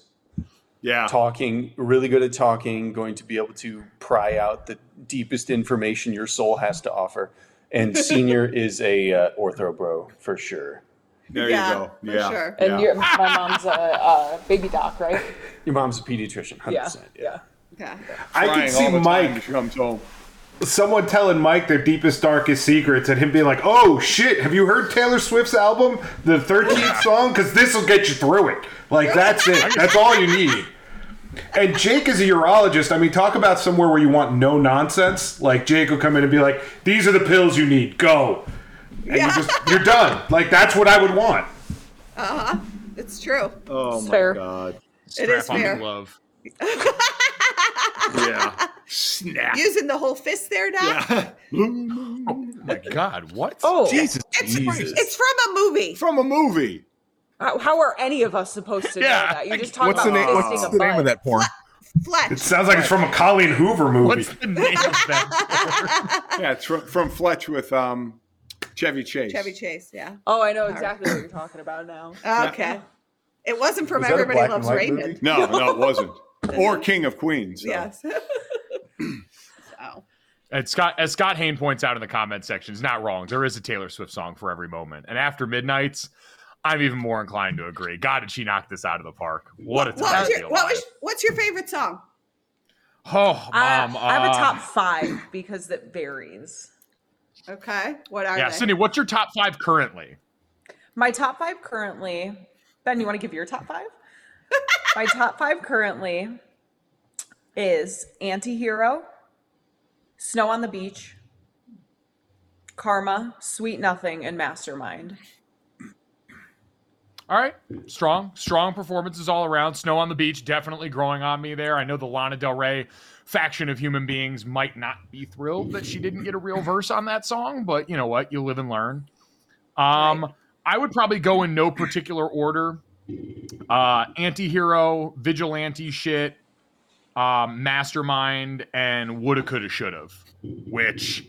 [SPEAKER 15] Yeah.
[SPEAKER 10] Talking, really good at talking, going to be able to pry out the deepest information your soul has to offer. And senior is a uh, ortho bro for sure.
[SPEAKER 15] There
[SPEAKER 4] Yeah,
[SPEAKER 15] you go.
[SPEAKER 4] for
[SPEAKER 10] yeah.
[SPEAKER 4] sure. And you're, my mom's a, uh baby doc, right?
[SPEAKER 10] Your mom's a pediatrician. 100%.
[SPEAKER 4] Yeah. Yeah.
[SPEAKER 8] Okay.
[SPEAKER 5] I can see Mike. Someone telling Mike their deepest, darkest secrets, and him being like, "Oh shit, have you heard Taylor Swift's album, the thirteenth song? Because this will get you through it. Like that's it. That's all you need." And Jake is a urologist. I mean, talk about somewhere where you want no nonsense. Like Jake will come in and be like, "These are the pills you need. Go." And you just you're done. Like that's what I would want.
[SPEAKER 8] Uh huh. It's true.
[SPEAKER 15] Oh
[SPEAKER 8] It's
[SPEAKER 15] my
[SPEAKER 8] fair.
[SPEAKER 15] god.
[SPEAKER 8] It is Strap on the fair.
[SPEAKER 6] glove.
[SPEAKER 15] yeah. Snap.
[SPEAKER 8] Using the whole fist there, Doc.
[SPEAKER 6] Oh my God! What?
[SPEAKER 4] Oh,
[SPEAKER 6] Jesus!
[SPEAKER 8] It's, it's from a movie.
[SPEAKER 15] From a movie.
[SPEAKER 4] How, how are any of us supposed to know that? You just talk
[SPEAKER 16] What's the name?
[SPEAKER 4] about fisting
[SPEAKER 16] What's
[SPEAKER 4] a
[SPEAKER 16] the name
[SPEAKER 4] butt.
[SPEAKER 16] of that porn?
[SPEAKER 8] Fletch.
[SPEAKER 5] It sounds like it's from a Colleen Hoover movie.
[SPEAKER 15] Yeah, it's from, from Fletch with um, Chevy Chase.
[SPEAKER 8] Chevy Chase. Yeah.
[SPEAKER 4] Oh, I know exactly what you're talking about now.
[SPEAKER 8] Okay. It wasn't from
[SPEAKER 15] Was that a
[SPEAKER 8] Everybody
[SPEAKER 15] black
[SPEAKER 8] Loves
[SPEAKER 15] and white
[SPEAKER 8] Raymond.
[SPEAKER 15] No, no, it wasn't. or King of Queens. so.
[SPEAKER 8] Yes.
[SPEAKER 6] As Scott, as Scott Hain points out in the comment section, is not wrong. There is a Taylor Swift song for every moment. And after Midnight's, I'm even more inclined to agree. God, did she knock this out of the park? What a
[SPEAKER 8] What
[SPEAKER 6] time
[SPEAKER 8] was
[SPEAKER 6] to be
[SPEAKER 8] your, what
[SPEAKER 6] alive.
[SPEAKER 8] was, what's your favorite song?
[SPEAKER 6] Oh,
[SPEAKER 4] I,
[SPEAKER 6] mom.
[SPEAKER 4] I have a
[SPEAKER 6] uh,
[SPEAKER 4] top five because that varies.
[SPEAKER 8] Okay. What are
[SPEAKER 6] yeah,
[SPEAKER 8] they?
[SPEAKER 6] Sydney, what's your top five currently?
[SPEAKER 4] My top five currently, Ben, you want to give your top five? My top five currently is Antihero, Snow on the Beach, Karma, Sweet Nothing, and Mastermind.
[SPEAKER 6] All right, strong, strong performances all around. Snow on the beach, definitely growing on me there. I know the Lana Del Rey faction of human beings might not be thrilled that she didn't get a real verse on that song, but you know what? You live and learn. Um, I would probably go in no particular order. Uh, anti-hero, vigilante shit, um, mastermind, and woulda, coulda, shoulda, which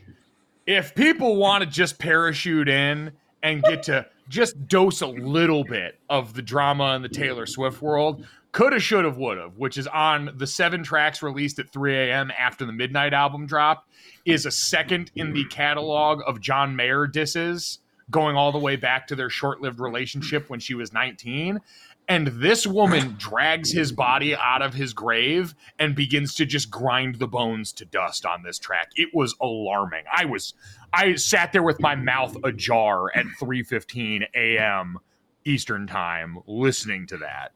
[SPEAKER 6] if people want to just parachute in and get to just dose a little bit of the drama in the Taylor Swift world, coulda, shoulda, woulda, which is on the seven tracks released at 3 a.m. after the Midnight album drop, is a second in the catalog of John Mayer disses going all the way back to their short lived relationship when she was 19. And this woman drags his body out of his grave and begins to just grind the bones to dust on this track. It was alarming. I was I sat there with my mouth ajar at 3:15 a.m. Eastern time listening to that.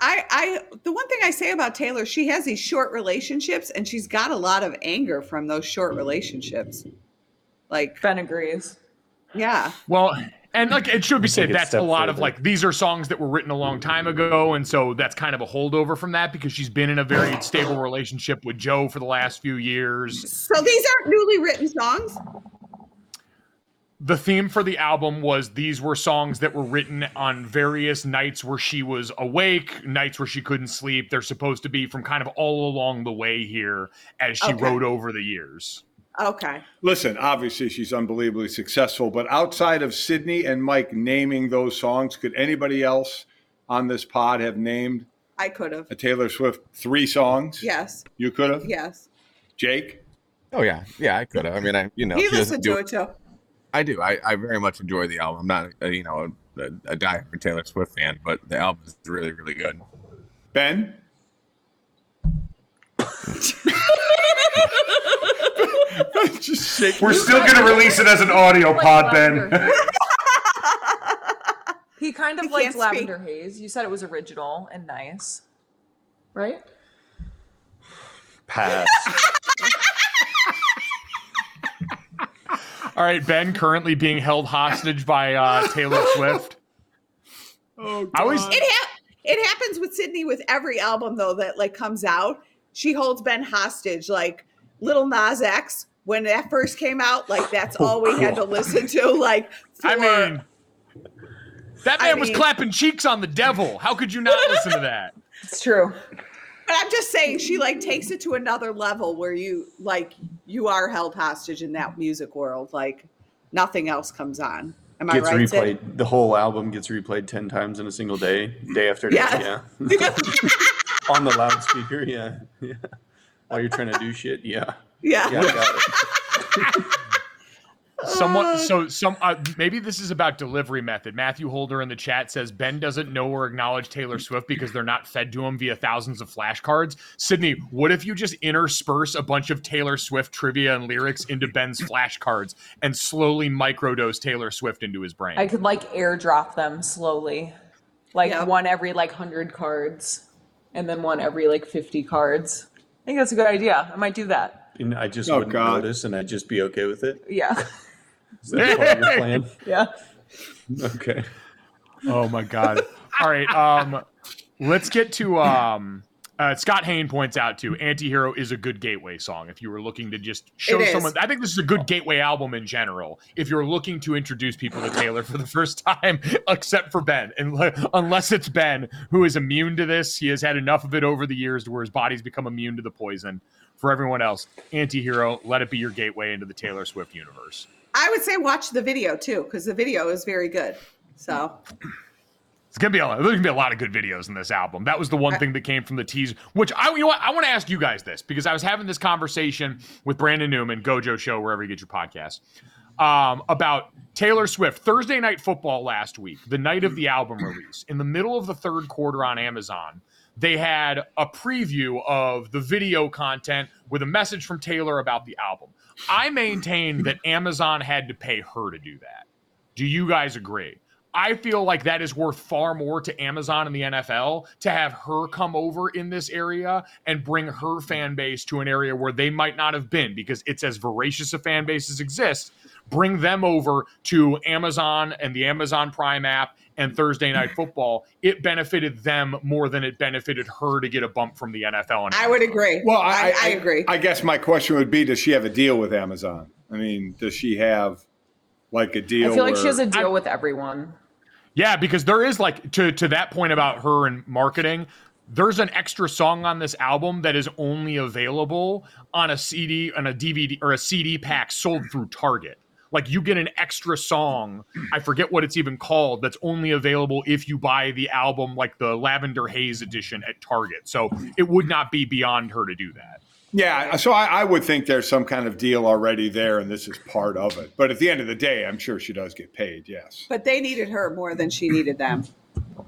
[SPEAKER 10] I, I, the one thing I say about Taylor, she has these short relationships, and she's got a lot of anger from those short relationships. Like
[SPEAKER 8] Ben agrees.
[SPEAKER 10] Yeah.
[SPEAKER 6] Well, and like it should be said,
[SPEAKER 10] it
[SPEAKER 6] that's a
[SPEAKER 10] step
[SPEAKER 6] lot of
[SPEAKER 10] further.
[SPEAKER 6] like these are songs that were written a long time ago, and so that's kind of a holdover from that because she's been in a very stable relationship with Joe for the last few years.
[SPEAKER 10] So these aren't newly written songs.
[SPEAKER 6] The theme for the album was these were songs that were written on various nights where she was awake, nights where she couldn't sleep. They're supposed to be from kind of all along the way here as she
[SPEAKER 5] Okay.
[SPEAKER 6] wrote over the years.
[SPEAKER 10] Okay.
[SPEAKER 5] Listen, obviously she's unbelievably successful, but outside of Sydney and Mike naming those songs, could anybody else on this pod have named
[SPEAKER 10] I could have.
[SPEAKER 5] a Taylor Swift three songs?
[SPEAKER 10] Yes.
[SPEAKER 5] You could have?
[SPEAKER 10] Yes.
[SPEAKER 5] Jake?
[SPEAKER 9] Oh yeah, yeah, I could have. I mean, I you know
[SPEAKER 10] he
[SPEAKER 9] she doesn't
[SPEAKER 10] listened
[SPEAKER 9] do
[SPEAKER 10] to it too.
[SPEAKER 9] I do. I, I very much enjoy the album. I'm not uh, you know a, a diehard Taylor Swift fan, but the album is really really good.
[SPEAKER 5] Ben,
[SPEAKER 13] We're still going to release it as an audio pod, Ben.
[SPEAKER 8] He kind of
[SPEAKER 7] He can't
[SPEAKER 8] likes
[SPEAKER 7] speak.
[SPEAKER 8] Lavender Haze. You said it was original and nice, right?
[SPEAKER 17] Pass.
[SPEAKER 6] All right, Ben currently being held hostage by uh, Taylor Swift.
[SPEAKER 10] Oh,
[SPEAKER 6] I always- God.
[SPEAKER 10] it hap- it happens with Sydney with every album though that like comes out. She holds Ben hostage, like Little Nas X when that first came out. Like that's all we had to listen to. Like
[SPEAKER 6] I mean, that
[SPEAKER 10] I
[SPEAKER 6] man was
[SPEAKER 10] mean-
[SPEAKER 6] clapping cheeks on the devil. How could you not listen to that?
[SPEAKER 8] It's true.
[SPEAKER 10] But I'm just saying she like takes it to another level where you like you are held hostage in that music world. Like nothing else comes on. Am I
[SPEAKER 17] gets
[SPEAKER 10] right? Sid?
[SPEAKER 17] replayed. The whole album gets replayed ten times in a single day, day after day.
[SPEAKER 10] Yes.
[SPEAKER 17] Yeah. On the loudspeaker. Yeah. Yeah. While you're trying to do shit. Yeah.
[SPEAKER 10] Yeah.
[SPEAKER 17] I got it.
[SPEAKER 6] Someone, so some, uh, maybe this is about delivery method. Matthew Holder in the chat says Ben doesn't know or acknowledge Taylor Swift because they're not fed to him via thousands of flashcards. Sydney, what if you just intersperse a bunch of Taylor Swift trivia and lyrics into Ben's flashcards and slowly microdose Taylor Swift into his brain?
[SPEAKER 8] I could like airdrop them slowly, like one every like hundred cards, and then one every like fifty cards. I think that's a good idea. I might do that.
[SPEAKER 17] And I just
[SPEAKER 5] Oh,
[SPEAKER 17] wouldn't
[SPEAKER 5] God.
[SPEAKER 17] notice, and I'd just be okay with it.
[SPEAKER 8] Yeah.
[SPEAKER 17] Is that part of your plan?
[SPEAKER 8] Yeah.
[SPEAKER 17] Okay.
[SPEAKER 6] Oh my god. All right. Um let's get to um uh, Scott Hain points out too, Antihero is a good gateway song. If you were looking to just show
[SPEAKER 17] It is.
[SPEAKER 6] someone, I think this is a good gateway album in general. If you're looking to introduce people to Taylor for the first time, except for Ben, and unless it's Ben who is immune to this, he has had enough of it over the years to where his body's become immune to the poison. For everyone else, Antihero, let it be your gateway into the Taylor Swift universe.
[SPEAKER 10] I would say watch the video too, because the video is very good. So
[SPEAKER 6] It's gonna be a lot, there's gonna be a lot of good videos in this album. That was the one thing that came from the teaser. Which I you know what I want to ask you guys this because I was having this conversation with Brandon Newman, Gojo Show, wherever you get your podcast, um, about Taylor Swift Thursday Night Football last week, the night of the album release, in the middle of the third quarter on Amazon. They had a preview of the video content with a message from Taylor about the album. I maintain that Amazon had to pay her to do that. Do you guys agree? I feel like that is worth far more to Amazon and the NFL to have her come over in this area and bring her fan base to an area where they might not have been because it's as voracious a fan base as exists. Bring them over to Amazon and the Amazon Prime app and Thursday Night Football. It benefited them more than it benefited her to get a bump from the NFL. And
[SPEAKER 10] I would agree.
[SPEAKER 5] Well, I,
[SPEAKER 10] I agree.
[SPEAKER 5] I guess my question would be: Does she have a deal with Amazon? I mean, does she have like a deal?
[SPEAKER 8] I feel like
[SPEAKER 5] where-
[SPEAKER 8] she has a deal with everyone.
[SPEAKER 6] Yeah, because there is like to to that point about her and marketing. there's an extra song on this album that is only available on a CD, on a DVD, or a CD pack sold through Target. Like you get an extra song, I forget what it's even called, that's only available if you buy the album, like the Lavender Haze edition at Target. So it would not be beyond her to do that.
[SPEAKER 5] Yeah, so I, I would think there's some kind of deal already there, and this is part of it. But at the end of the day, I'm sure she does get paid. Yes.
[SPEAKER 10] But they needed her more than she needed them,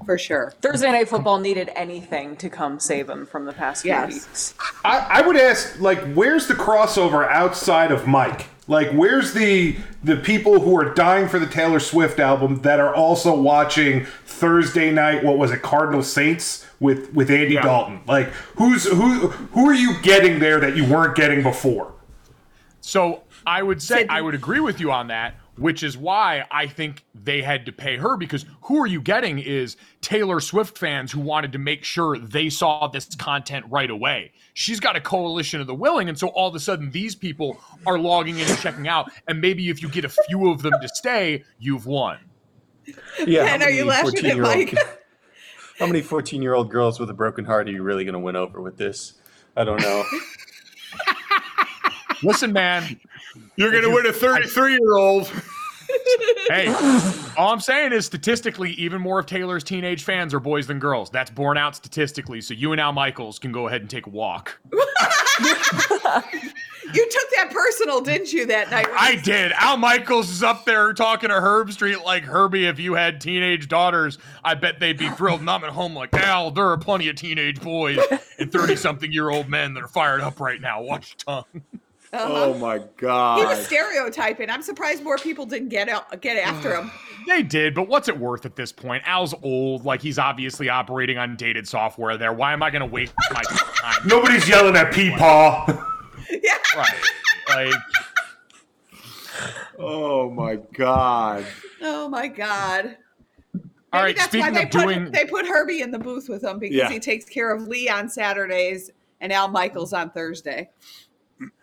[SPEAKER 10] for sure.
[SPEAKER 8] Thursday Night Football needed anything to come save him from the past few
[SPEAKER 10] Yes.
[SPEAKER 8] weeks.
[SPEAKER 13] I, I would ask, like, where's the crossover outside of Mike? Like, where's the the people who are dying for the Taylor Swift album that are also watching Thursday night? What was it, Cardinal Saints with with Andy Dalton? Like, who's who? Who are you getting there that you weren't getting before?
[SPEAKER 6] So I would say I would agree with you on that, which is why I think they had to pay her because who are you getting is Taylor Swift fans who wanted to make sure they saw this content right away. She's got a coalition of the willing, and so all of a sudden these people are logging in and checking out. And maybe if you get a few of them to stay, you've won.
[SPEAKER 17] Yeah.
[SPEAKER 10] Ken,
[SPEAKER 17] how
[SPEAKER 10] are
[SPEAKER 17] many
[SPEAKER 10] you laughing at
[SPEAKER 17] 14-year-old
[SPEAKER 10] Mike?
[SPEAKER 17] How many 14 year old girls with a broken heart are you really going to win over with this? I don't know.
[SPEAKER 6] Listen, man,
[SPEAKER 5] you're going to win a 33 year old.
[SPEAKER 6] Hey, all I'm saying is statistically, even more of Taylor's teenage fans are boys than girls. That's borne out statistically. So you and Al Michaels can go ahead and take a walk.
[SPEAKER 10] You took that personal, didn't you, that night?
[SPEAKER 6] I did. Al Michaels is up there talking to Herb Street like Herbie. If you had teenage daughters, I bet they'd be thrilled. And I'm at home like Al. There are plenty of teenage boys and thirty-something-year-old men that are fired up right now. Watch your tongue.
[SPEAKER 10] Uh-huh.
[SPEAKER 5] Oh my
[SPEAKER 10] He was
[SPEAKER 6] Oh,
[SPEAKER 5] god.
[SPEAKER 10] stereotyping. I'm surprised more people didn't get out, get after him.
[SPEAKER 6] They did, but what's it worth at this point? Al's old. Like he's obviously operating on dated software. There. Why am I going to waste my time?
[SPEAKER 13] Nobody's yelling at Peepaw.
[SPEAKER 6] Right. Like.
[SPEAKER 5] Oh my god.
[SPEAKER 10] Oh my god!
[SPEAKER 6] All
[SPEAKER 10] Maybe
[SPEAKER 6] right.
[SPEAKER 10] that's why
[SPEAKER 6] Speaking
[SPEAKER 10] they
[SPEAKER 6] of
[SPEAKER 10] put
[SPEAKER 6] doing,
[SPEAKER 10] they put Herbie in the booth with him because
[SPEAKER 6] Yeah.
[SPEAKER 10] he takes care of Lee on Saturdays and Al Michaels on Thursday.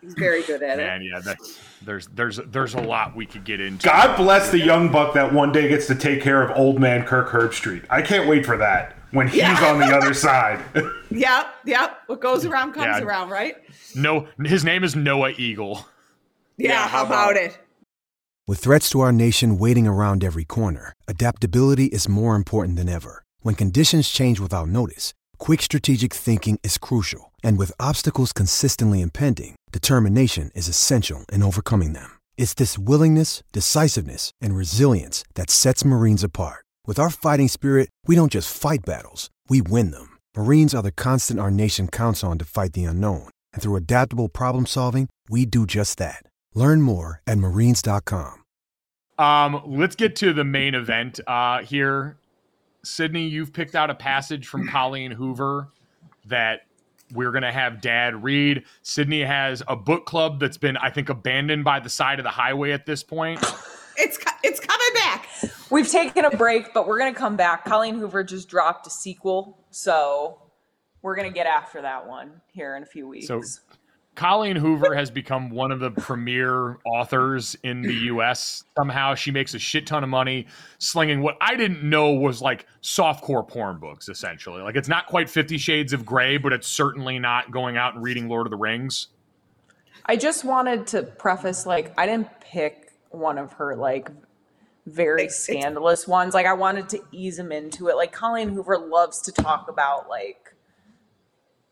[SPEAKER 10] He's very good at it.
[SPEAKER 6] man, yeah, that, there's there's there's a lot we could get into.
[SPEAKER 13] God bless the young buck that one day gets to take care of old man Kirk Herbstreit. I can't wait for that when he's
[SPEAKER 10] Yeah.
[SPEAKER 13] on the other side.
[SPEAKER 10] Yep, yep. What goes around comes
[SPEAKER 6] Yeah.
[SPEAKER 10] around, right?
[SPEAKER 6] No, his name is Noah Eagle.
[SPEAKER 10] Yeah. how about it?
[SPEAKER 18] With threats to our nation waiting around every corner, adaptability is more important than ever. When conditions change without notice, quick strategic thinking is crucial, and with obstacles consistently impending, determination is essential in overcoming them. It's this willingness, decisiveness, and resilience that sets Marines apart. With our fighting spirit, we don't just fight battles, we win them. Marines are the constant our nation counts on to fight the unknown, and through adaptable problem solving, we do just that. Learn more at marines.com.
[SPEAKER 6] Um, let's get to the main event uh, here. Sydney, you've picked out a passage from Colleen Hoover that we're going to have dad read. Sydney has a book club that's been, I think, abandoned by the side of the highway at this point.
[SPEAKER 10] It's co- it's coming back.
[SPEAKER 8] We've taken a break, but we're gonna come back. Colleen Hoover just dropped a sequel, so we're gonna get after that one here in a few weeks.
[SPEAKER 6] So, Colleen Hoover has become one of the premier authors in the US. Somehow she makes a shit ton of money slinging what I didn't know was like softcore porn books, essentially. Like, it's not quite Fifty Shades of Grey, but it's certainly not going out and reading Lord of the Rings.
[SPEAKER 8] I just wanted to preface like I didn't pick one of her like very scandalous ones. Like I wanted to ease him into it. Like Colleen Hoover loves to talk about like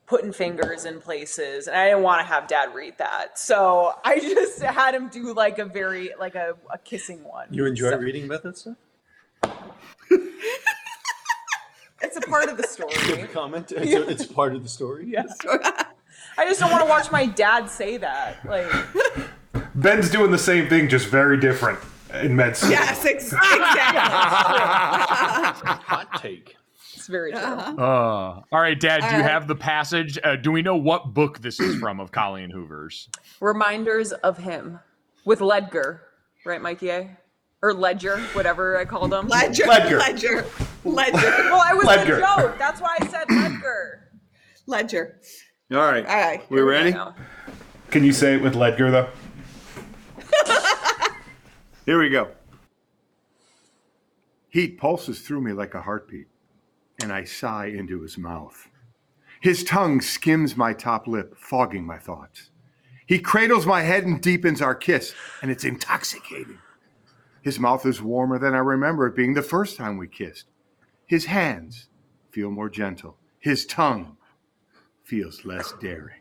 [SPEAKER 8] putting fingers in places and I didn't want to have dad read that. So I just had him do like a very like a, a kissing one.
[SPEAKER 17] You enjoy
[SPEAKER 8] So-
[SPEAKER 17] reading about that stuff?
[SPEAKER 8] It's a part of the story.
[SPEAKER 17] Comment? It's, a- it's part of the story?
[SPEAKER 8] Yes. I just don't want to watch my dad say that. Like
[SPEAKER 13] Ben's doing the same thing, just very different in med school.
[SPEAKER 10] Yes, ex- exactly.
[SPEAKER 17] Hot take.
[SPEAKER 8] It's very true.
[SPEAKER 10] Uh-huh.
[SPEAKER 6] Uh, all right, Dad, do you
[SPEAKER 8] All right.
[SPEAKER 6] have the passage? Uh, do we know what book this is from of Colleen Hoover's?
[SPEAKER 8] Reminders of him with Ledger, right, Mikey? A? Or Ledger, whatever I called him.
[SPEAKER 10] Ledger, Ledger. Ledger, Ledger.
[SPEAKER 8] Well, I was
[SPEAKER 5] Ledger.
[SPEAKER 8] a joke. That's why I said Ledger.
[SPEAKER 10] Ledger.
[SPEAKER 5] All right.
[SPEAKER 10] All right.
[SPEAKER 5] We ready?
[SPEAKER 13] Can you say it with Ledger though?
[SPEAKER 5] Here we go. Heat pulses through me like a heartbeat, and I sigh into his mouth. His tongue skims my top lip, fogging my thoughts. He cradles my head and deepens our kiss, and it's intoxicating. His mouth is warmer than I remember it being the first time we kissed. His hands feel more gentle. His tongue feels less daring.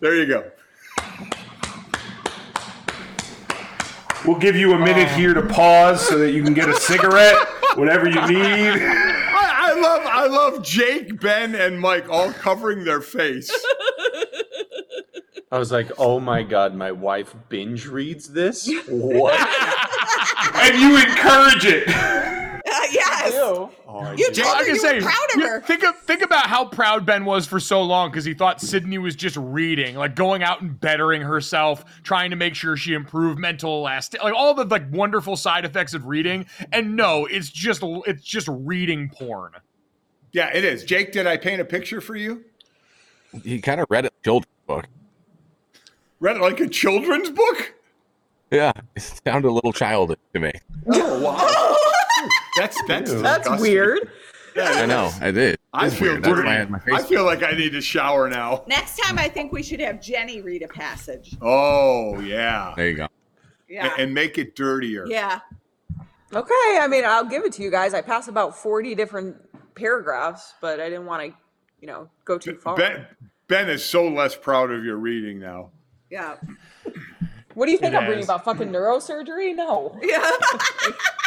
[SPEAKER 5] There you go.
[SPEAKER 13] We'll give you a minute
[SPEAKER 8] Um.
[SPEAKER 13] here to pause so that you can get a cigarette, whatever you need.
[SPEAKER 5] I, I love I love Jake, Ben, and Mike all covering their face.
[SPEAKER 17] I was like, oh my god, my wife binge reads this? What?
[SPEAKER 13] and you encourage it.
[SPEAKER 10] yes.
[SPEAKER 17] You
[SPEAKER 10] told her
[SPEAKER 6] I can
[SPEAKER 10] you
[SPEAKER 6] say,
[SPEAKER 10] were proud of
[SPEAKER 6] yeah,
[SPEAKER 10] her.
[SPEAKER 6] Think of think about how proud Ben was for so long because he thought Sydney was just reading, like going out and bettering herself, trying to make sure she improved mental elastic, like all the like wonderful side effects of reading. And no, it's just it's just reading porn.
[SPEAKER 5] Yeah, it is. Jake, did I paint a picture for you?
[SPEAKER 9] He kind of read it children's book.
[SPEAKER 5] Read it like a children's book?
[SPEAKER 9] Yeah, it sounded a little childish to me.
[SPEAKER 5] Oh wow. that's that's
[SPEAKER 9] Ew.
[SPEAKER 8] That's
[SPEAKER 5] disgusting.
[SPEAKER 8] weird.
[SPEAKER 5] Yeah,
[SPEAKER 9] I
[SPEAKER 5] it
[SPEAKER 9] know.
[SPEAKER 5] is.
[SPEAKER 9] I did.
[SPEAKER 5] I
[SPEAKER 9] It's
[SPEAKER 5] feel
[SPEAKER 9] weird. That's why I
[SPEAKER 5] dirty.
[SPEAKER 9] had my
[SPEAKER 5] I
[SPEAKER 9] face.
[SPEAKER 5] feel like I need to shower now.
[SPEAKER 10] Next time, I think we should have Jenny read a passage.
[SPEAKER 5] Oh yeah.
[SPEAKER 9] There you go.
[SPEAKER 10] Yeah.
[SPEAKER 5] And make it dirtier.
[SPEAKER 10] Yeah.
[SPEAKER 8] Okay, I mean, I'll give it to you guys. I passed about 40 different paragraphs, but I didn't want to, you know, go too far.
[SPEAKER 5] Ben Ben is so less proud of your reading now.
[SPEAKER 10] Yeah.
[SPEAKER 8] What do you think
[SPEAKER 5] It
[SPEAKER 8] I'm reading
[SPEAKER 5] is.
[SPEAKER 8] about? Fucking neurosurgery? No.
[SPEAKER 10] Yeah.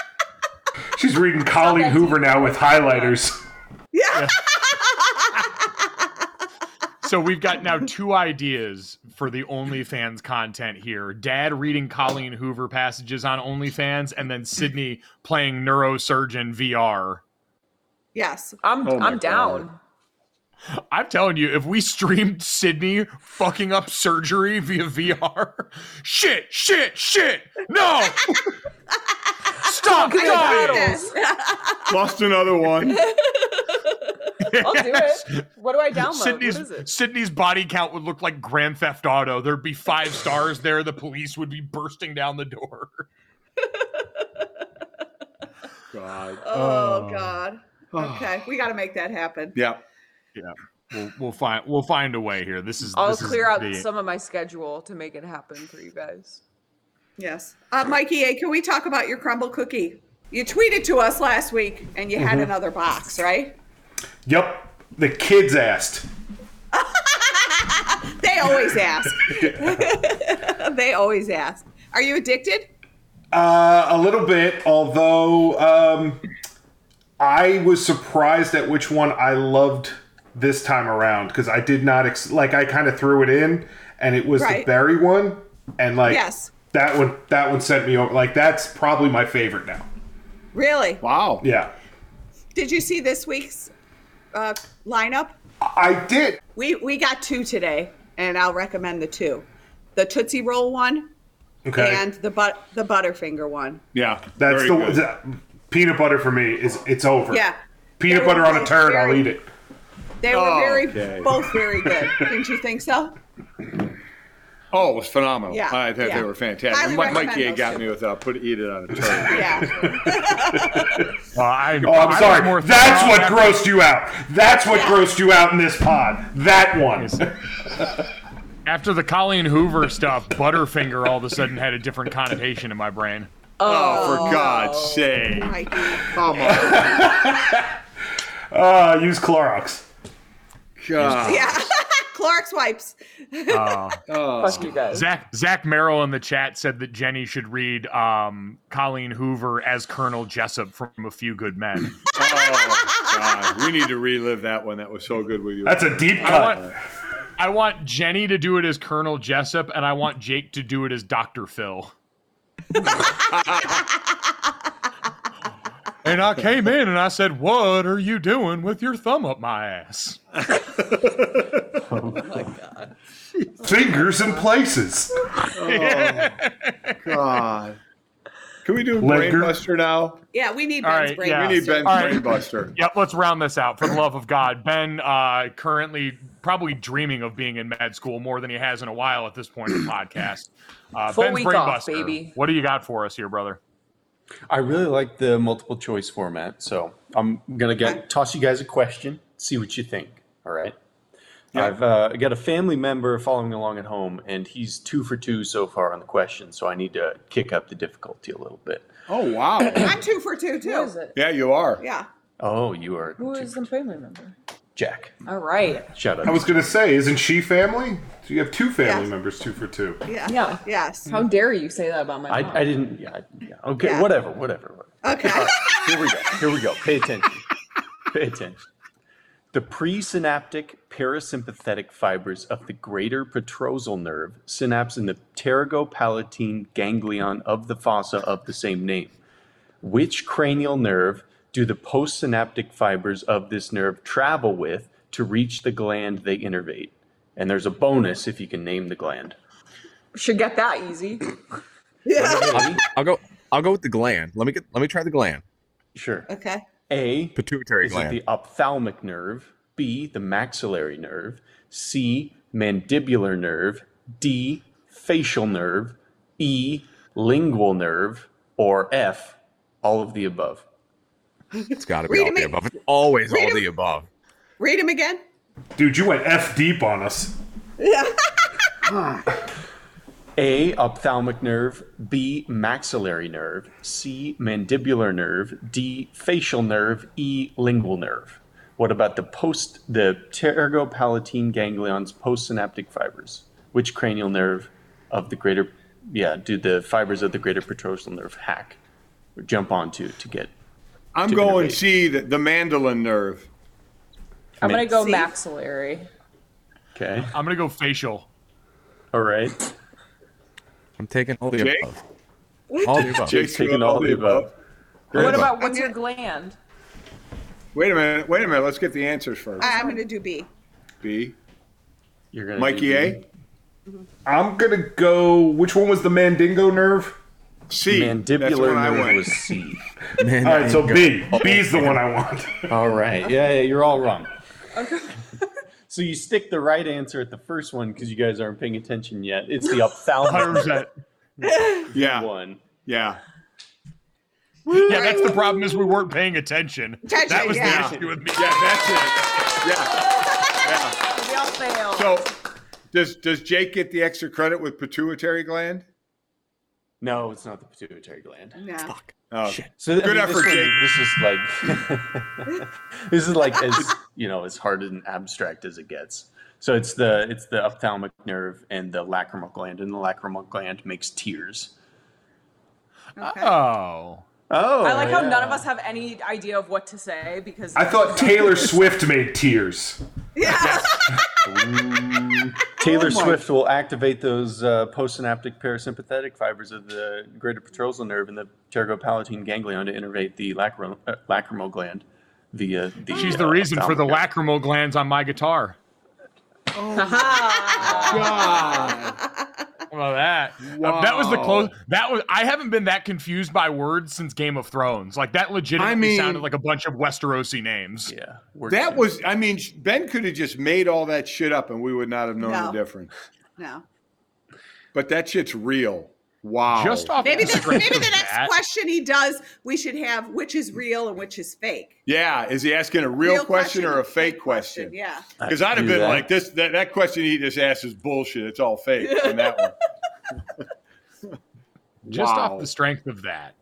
[SPEAKER 13] She's reading Colleen Hoover now with highlighters.
[SPEAKER 6] So we've got now two ideas for the OnlyFans content here: Dad reading Colleen Hoover passages on OnlyFans, and then Sydney playing neurosurgeon VR.
[SPEAKER 10] Yes.
[SPEAKER 8] I'm
[SPEAKER 6] Oh my
[SPEAKER 8] I'm down.
[SPEAKER 6] I'm telling you, if we streamed Sydney fucking up surgery via VR, shit, shit, shit, no, stop,
[SPEAKER 8] Good
[SPEAKER 6] guys.
[SPEAKER 8] battles.
[SPEAKER 5] Lost another one.
[SPEAKER 8] I'll do it. What do I download?
[SPEAKER 6] Sydney's
[SPEAKER 8] what is it?
[SPEAKER 6] Sydney's body count would look like Grand Theft Auto. There'd be five stars there. The police would be bursting down the door.
[SPEAKER 5] God.
[SPEAKER 10] Oh, God. Okay, we got to make that happen.
[SPEAKER 5] Yeah.
[SPEAKER 6] Yeah. We'll, we'll find we'll find a way here. This is
[SPEAKER 8] I'll
[SPEAKER 6] this is
[SPEAKER 8] clear out
[SPEAKER 6] the-
[SPEAKER 8] some of my schedule to make it happen for you guys.
[SPEAKER 10] Yes. Uh, Mikey, A, can we talk about your crumble cookie? You tweeted to us last week, and you had
[SPEAKER 13] Mhm.
[SPEAKER 10] another box, right?
[SPEAKER 13] Yep. The kids asked.
[SPEAKER 10] They always ask. they always ask. Are you addicted?
[SPEAKER 13] Uh, a little bit, although um, I was surprised at which one I loved this time around because I did not ex- like. I kind of threw it in, and it was the
[SPEAKER 10] Right.
[SPEAKER 13] berry one, and like
[SPEAKER 10] Yes.
[SPEAKER 13] that one. That one sent me over. Like that's probably my favorite now.
[SPEAKER 10] Really?
[SPEAKER 5] Wow.
[SPEAKER 13] Yeah,
[SPEAKER 10] Did you see this week's uh, lineup?
[SPEAKER 13] I did.
[SPEAKER 10] We we got two today, and I'll recommend the two: the Tootsie Roll one
[SPEAKER 13] Okay.
[SPEAKER 10] and the but the Butterfinger one.
[SPEAKER 5] Yeah,
[SPEAKER 13] that's
[SPEAKER 5] very
[SPEAKER 13] the,
[SPEAKER 5] good.
[SPEAKER 13] the peanut butter for me. Is it's over?
[SPEAKER 10] Yeah.
[SPEAKER 13] peanut
[SPEAKER 10] They
[SPEAKER 13] butter
[SPEAKER 10] were
[SPEAKER 13] on a
[SPEAKER 10] both
[SPEAKER 13] turd. I'll
[SPEAKER 10] very-
[SPEAKER 13] eat it.
[SPEAKER 10] They were
[SPEAKER 17] Oh,
[SPEAKER 10] very
[SPEAKER 5] Okay.
[SPEAKER 10] both very good. Didn't you think so?
[SPEAKER 5] Oh, it was phenomenal.
[SPEAKER 10] Yeah,
[SPEAKER 5] I thought
[SPEAKER 10] yeah.
[SPEAKER 5] they were fantastic.
[SPEAKER 10] Highly
[SPEAKER 5] Mike, Mike
[SPEAKER 10] recommend
[SPEAKER 5] Yeh
[SPEAKER 10] those
[SPEAKER 5] got
[SPEAKER 10] two.
[SPEAKER 5] me with uh, put eat it on a turd.
[SPEAKER 10] Yeah.
[SPEAKER 6] Uh, I,
[SPEAKER 13] Oh, I'm
[SPEAKER 6] I was
[SPEAKER 13] sorry.
[SPEAKER 6] more
[SPEAKER 13] That's
[SPEAKER 6] thrown
[SPEAKER 13] what
[SPEAKER 6] after-
[SPEAKER 13] grossed you out. That's what grossed you out in this pod. That one.
[SPEAKER 6] After the Colleen Hoover stuff, Butterfinger all of a sudden had a different connotation in my brain.
[SPEAKER 5] Oh, for God's sake! Come on,
[SPEAKER 13] Uh, use Clorox.
[SPEAKER 5] God.
[SPEAKER 10] Yeah. Clorox wipes.
[SPEAKER 6] Uh,
[SPEAKER 8] Fuck you guys.
[SPEAKER 6] Zach Zach Merrill in the chat said that Jenny should read um, Colleen Hoover as Colonel Jessup from A Few Good Men.
[SPEAKER 5] Oh, God. We need to relive that one. That was so Oh, good with you.
[SPEAKER 13] That's a deep
[SPEAKER 6] I
[SPEAKER 13] cut.
[SPEAKER 6] want, I want Jenny to do it as Colonel Jessup, and I want Jake to do it as Doctor Phil. and I came in and I said, "What are you doing with your thumb up my ass?"
[SPEAKER 13] Fingers in places.
[SPEAKER 5] Oh, God. Can we do
[SPEAKER 13] Ledger?
[SPEAKER 5] Brain Buster now?
[SPEAKER 10] Yeah, we need
[SPEAKER 6] All
[SPEAKER 10] Ben's
[SPEAKER 6] right,
[SPEAKER 10] brain.
[SPEAKER 6] yeah.
[SPEAKER 10] buster.
[SPEAKER 5] We need Ben's
[SPEAKER 6] All right.
[SPEAKER 5] Brain Buster.
[SPEAKER 6] Yep, let's round this out. For the love of God, Ben uh, currently probably dreaming of being in med school more than he has in a while at this point in the podcast. Uh,
[SPEAKER 8] Full
[SPEAKER 6] Ben's
[SPEAKER 8] week
[SPEAKER 6] Brain
[SPEAKER 8] off,
[SPEAKER 6] Buster,
[SPEAKER 8] baby.
[SPEAKER 6] What do you got for us here, brother?
[SPEAKER 17] I really like the multiple choice format, so I'm gonna get toss you guys a question. see what you think. All right. I've uh, got a family member following along at home, and he's two for two so far on the question, so I need to kick up the difficulty a little bit.
[SPEAKER 5] Oh wow.
[SPEAKER 10] I'm two for two too.
[SPEAKER 8] is it?
[SPEAKER 5] yeah, you are.
[SPEAKER 10] Yeah.
[SPEAKER 17] Oh, you are
[SPEAKER 8] Who is the family member?
[SPEAKER 17] Jack.
[SPEAKER 8] All right.
[SPEAKER 17] Shut up.
[SPEAKER 13] I was gonna say, isn't she family? So you have two family members, two for two.
[SPEAKER 10] Yeah.
[SPEAKER 8] Yeah.
[SPEAKER 10] Yes.
[SPEAKER 8] How dare you say that about my mom?
[SPEAKER 17] I, I didn't. Yeah. I- yeah. Okay. Whatever. Whatever. whatever. Okay. here we go. Here we go. Pay attention. Pay attention. The presynaptic parasympathetic fibers of the greater petrosal nerve synapse in the pterygopalatine ganglion of the fossa of the same name. Which cranial nerve do the postsynaptic fibers of this nerve travel with to reach the gland they innervate? And there's a bonus if you can name the gland.
[SPEAKER 8] Should get that easy.
[SPEAKER 9] I'll, I'll go. I'll go with the gland. Let me get. Let me try the gland.
[SPEAKER 17] Sure.
[SPEAKER 10] Okay.
[SPEAKER 17] A.
[SPEAKER 9] Pituitary
[SPEAKER 17] is
[SPEAKER 9] gland.
[SPEAKER 17] it the ophthalmic nerve? B. The maxillary nerve. C. Mandibular nerve. D. Facial nerve. E. Lingual nerve. Or F. All of the above.
[SPEAKER 9] It's got to
[SPEAKER 10] be Read all him the in-
[SPEAKER 9] above. It's always
[SPEAKER 10] read all him-
[SPEAKER 9] the above.
[SPEAKER 10] Read him again.
[SPEAKER 13] Dude, you went f deep on us.
[SPEAKER 10] Yeah.
[SPEAKER 17] A. Ophthalmic nerve. B. Maxillary nerve. C. Mandibular nerve. D. Facial nerve. E. Lingual nerve. What about the post, the pterygopalatine ganglion's postsynaptic fibers? Which cranial nerve of the greater, yeah, do the fibers of the greater petrosal nerve hack or jump onto to get?
[SPEAKER 5] I'm going see the, the mandolin nerve.
[SPEAKER 8] I'm gonna go
[SPEAKER 10] See?
[SPEAKER 8] maxillary.
[SPEAKER 17] Okay.
[SPEAKER 6] I'm gonna go facial.
[SPEAKER 17] All right.
[SPEAKER 9] I'm taking all the
[SPEAKER 6] Jake?
[SPEAKER 9] above. All the above.
[SPEAKER 17] Jake's taking all the above.
[SPEAKER 8] What
[SPEAKER 5] Great.
[SPEAKER 8] about what's your gland?
[SPEAKER 5] Wait a minute. Wait a minute. Let's get the answers first.
[SPEAKER 10] I, I'm going to do B.
[SPEAKER 5] B.
[SPEAKER 17] You're gonna
[SPEAKER 5] Mikey A.
[SPEAKER 8] Mm-hmm.
[SPEAKER 13] I'm gonna go. Which one was the Mandingo nerve?
[SPEAKER 5] C. That's
[SPEAKER 17] Mandibular
[SPEAKER 5] when I
[SPEAKER 17] nerve
[SPEAKER 5] went.
[SPEAKER 17] was C.
[SPEAKER 13] All right, so B. B's the one I want.
[SPEAKER 17] All right. Yeah, yeah, you're all wrong. so you stick the right answer at the first one because you guys aren't paying attention yet. It's the ophthalmic
[SPEAKER 6] 100%.
[SPEAKER 5] Yeah.
[SPEAKER 17] one.
[SPEAKER 5] Yeah.
[SPEAKER 6] Yeah, that's the problem is we weren't paying attention.
[SPEAKER 10] Attention,
[SPEAKER 6] that was
[SPEAKER 10] yeah.
[SPEAKER 6] the issue with me.
[SPEAKER 5] Yeah. That's it. Yeah.
[SPEAKER 8] We all failed.
[SPEAKER 5] So, does does Jake get the extra credit with pituitary gland?
[SPEAKER 17] No, it's not the pituitary gland.
[SPEAKER 10] No.
[SPEAKER 5] Oh,
[SPEAKER 17] So
[SPEAKER 5] Good
[SPEAKER 17] this
[SPEAKER 5] effort,
[SPEAKER 17] one- This is
[SPEAKER 5] Jake.
[SPEAKER 17] like this is like as you know as hard and abstract as it gets. So it's the it's the ophthalmic nerve and the lacrimal gland, and the lacrimal gland makes tears.
[SPEAKER 10] Okay.
[SPEAKER 6] Oh.
[SPEAKER 17] Oh,
[SPEAKER 8] I like how
[SPEAKER 17] yeah.
[SPEAKER 8] none of us have any idea of what to say because
[SPEAKER 13] I thought Taylor Swift made tears.
[SPEAKER 10] yeah.
[SPEAKER 17] Taylor
[SPEAKER 5] Oh
[SPEAKER 17] Swift will activate those uh, postsynaptic parasympathetic fibers of the greater petrosal nerve and the pterygopalatine ganglion to innervate the lacrimal, uh, lacrimal gland via the.
[SPEAKER 6] She's
[SPEAKER 17] uh,
[SPEAKER 6] the reason for the
[SPEAKER 17] ophthalmic nerve.
[SPEAKER 6] lacrimal glands on my guitar. Well, that uh, that was the
[SPEAKER 5] Wow.
[SPEAKER 6] close. That was I haven't been that confused by words since Game of Thrones. Like that legitimately
[SPEAKER 5] I mean-
[SPEAKER 6] sounded like a bunch of Westerosi names.
[SPEAKER 17] Yeah. works
[SPEAKER 5] That
[SPEAKER 17] in-
[SPEAKER 5] was. I mean, Ben could have just made all that shit up, and we would not have known
[SPEAKER 10] No.
[SPEAKER 5] the difference.
[SPEAKER 10] No.
[SPEAKER 5] But that shit's real. Wow.
[SPEAKER 6] Just off
[SPEAKER 10] Oh, Maybe the,
[SPEAKER 6] Instagram
[SPEAKER 10] maybe the
[SPEAKER 6] was
[SPEAKER 10] next
[SPEAKER 6] that.
[SPEAKER 10] question he does, we should have which is real and which is fake.
[SPEAKER 5] Yeah. Is he asking a real, question, or a fake question?
[SPEAKER 10] Yeah.
[SPEAKER 5] Because I'd have
[SPEAKER 17] Do
[SPEAKER 5] been
[SPEAKER 17] that.
[SPEAKER 5] like this. That, that question he just asked is bullshit. It's all fake on that one.
[SPEAKER 6] Just
[SPEAKER 5] Wow.
[SPEAKER 6] off the strength of that,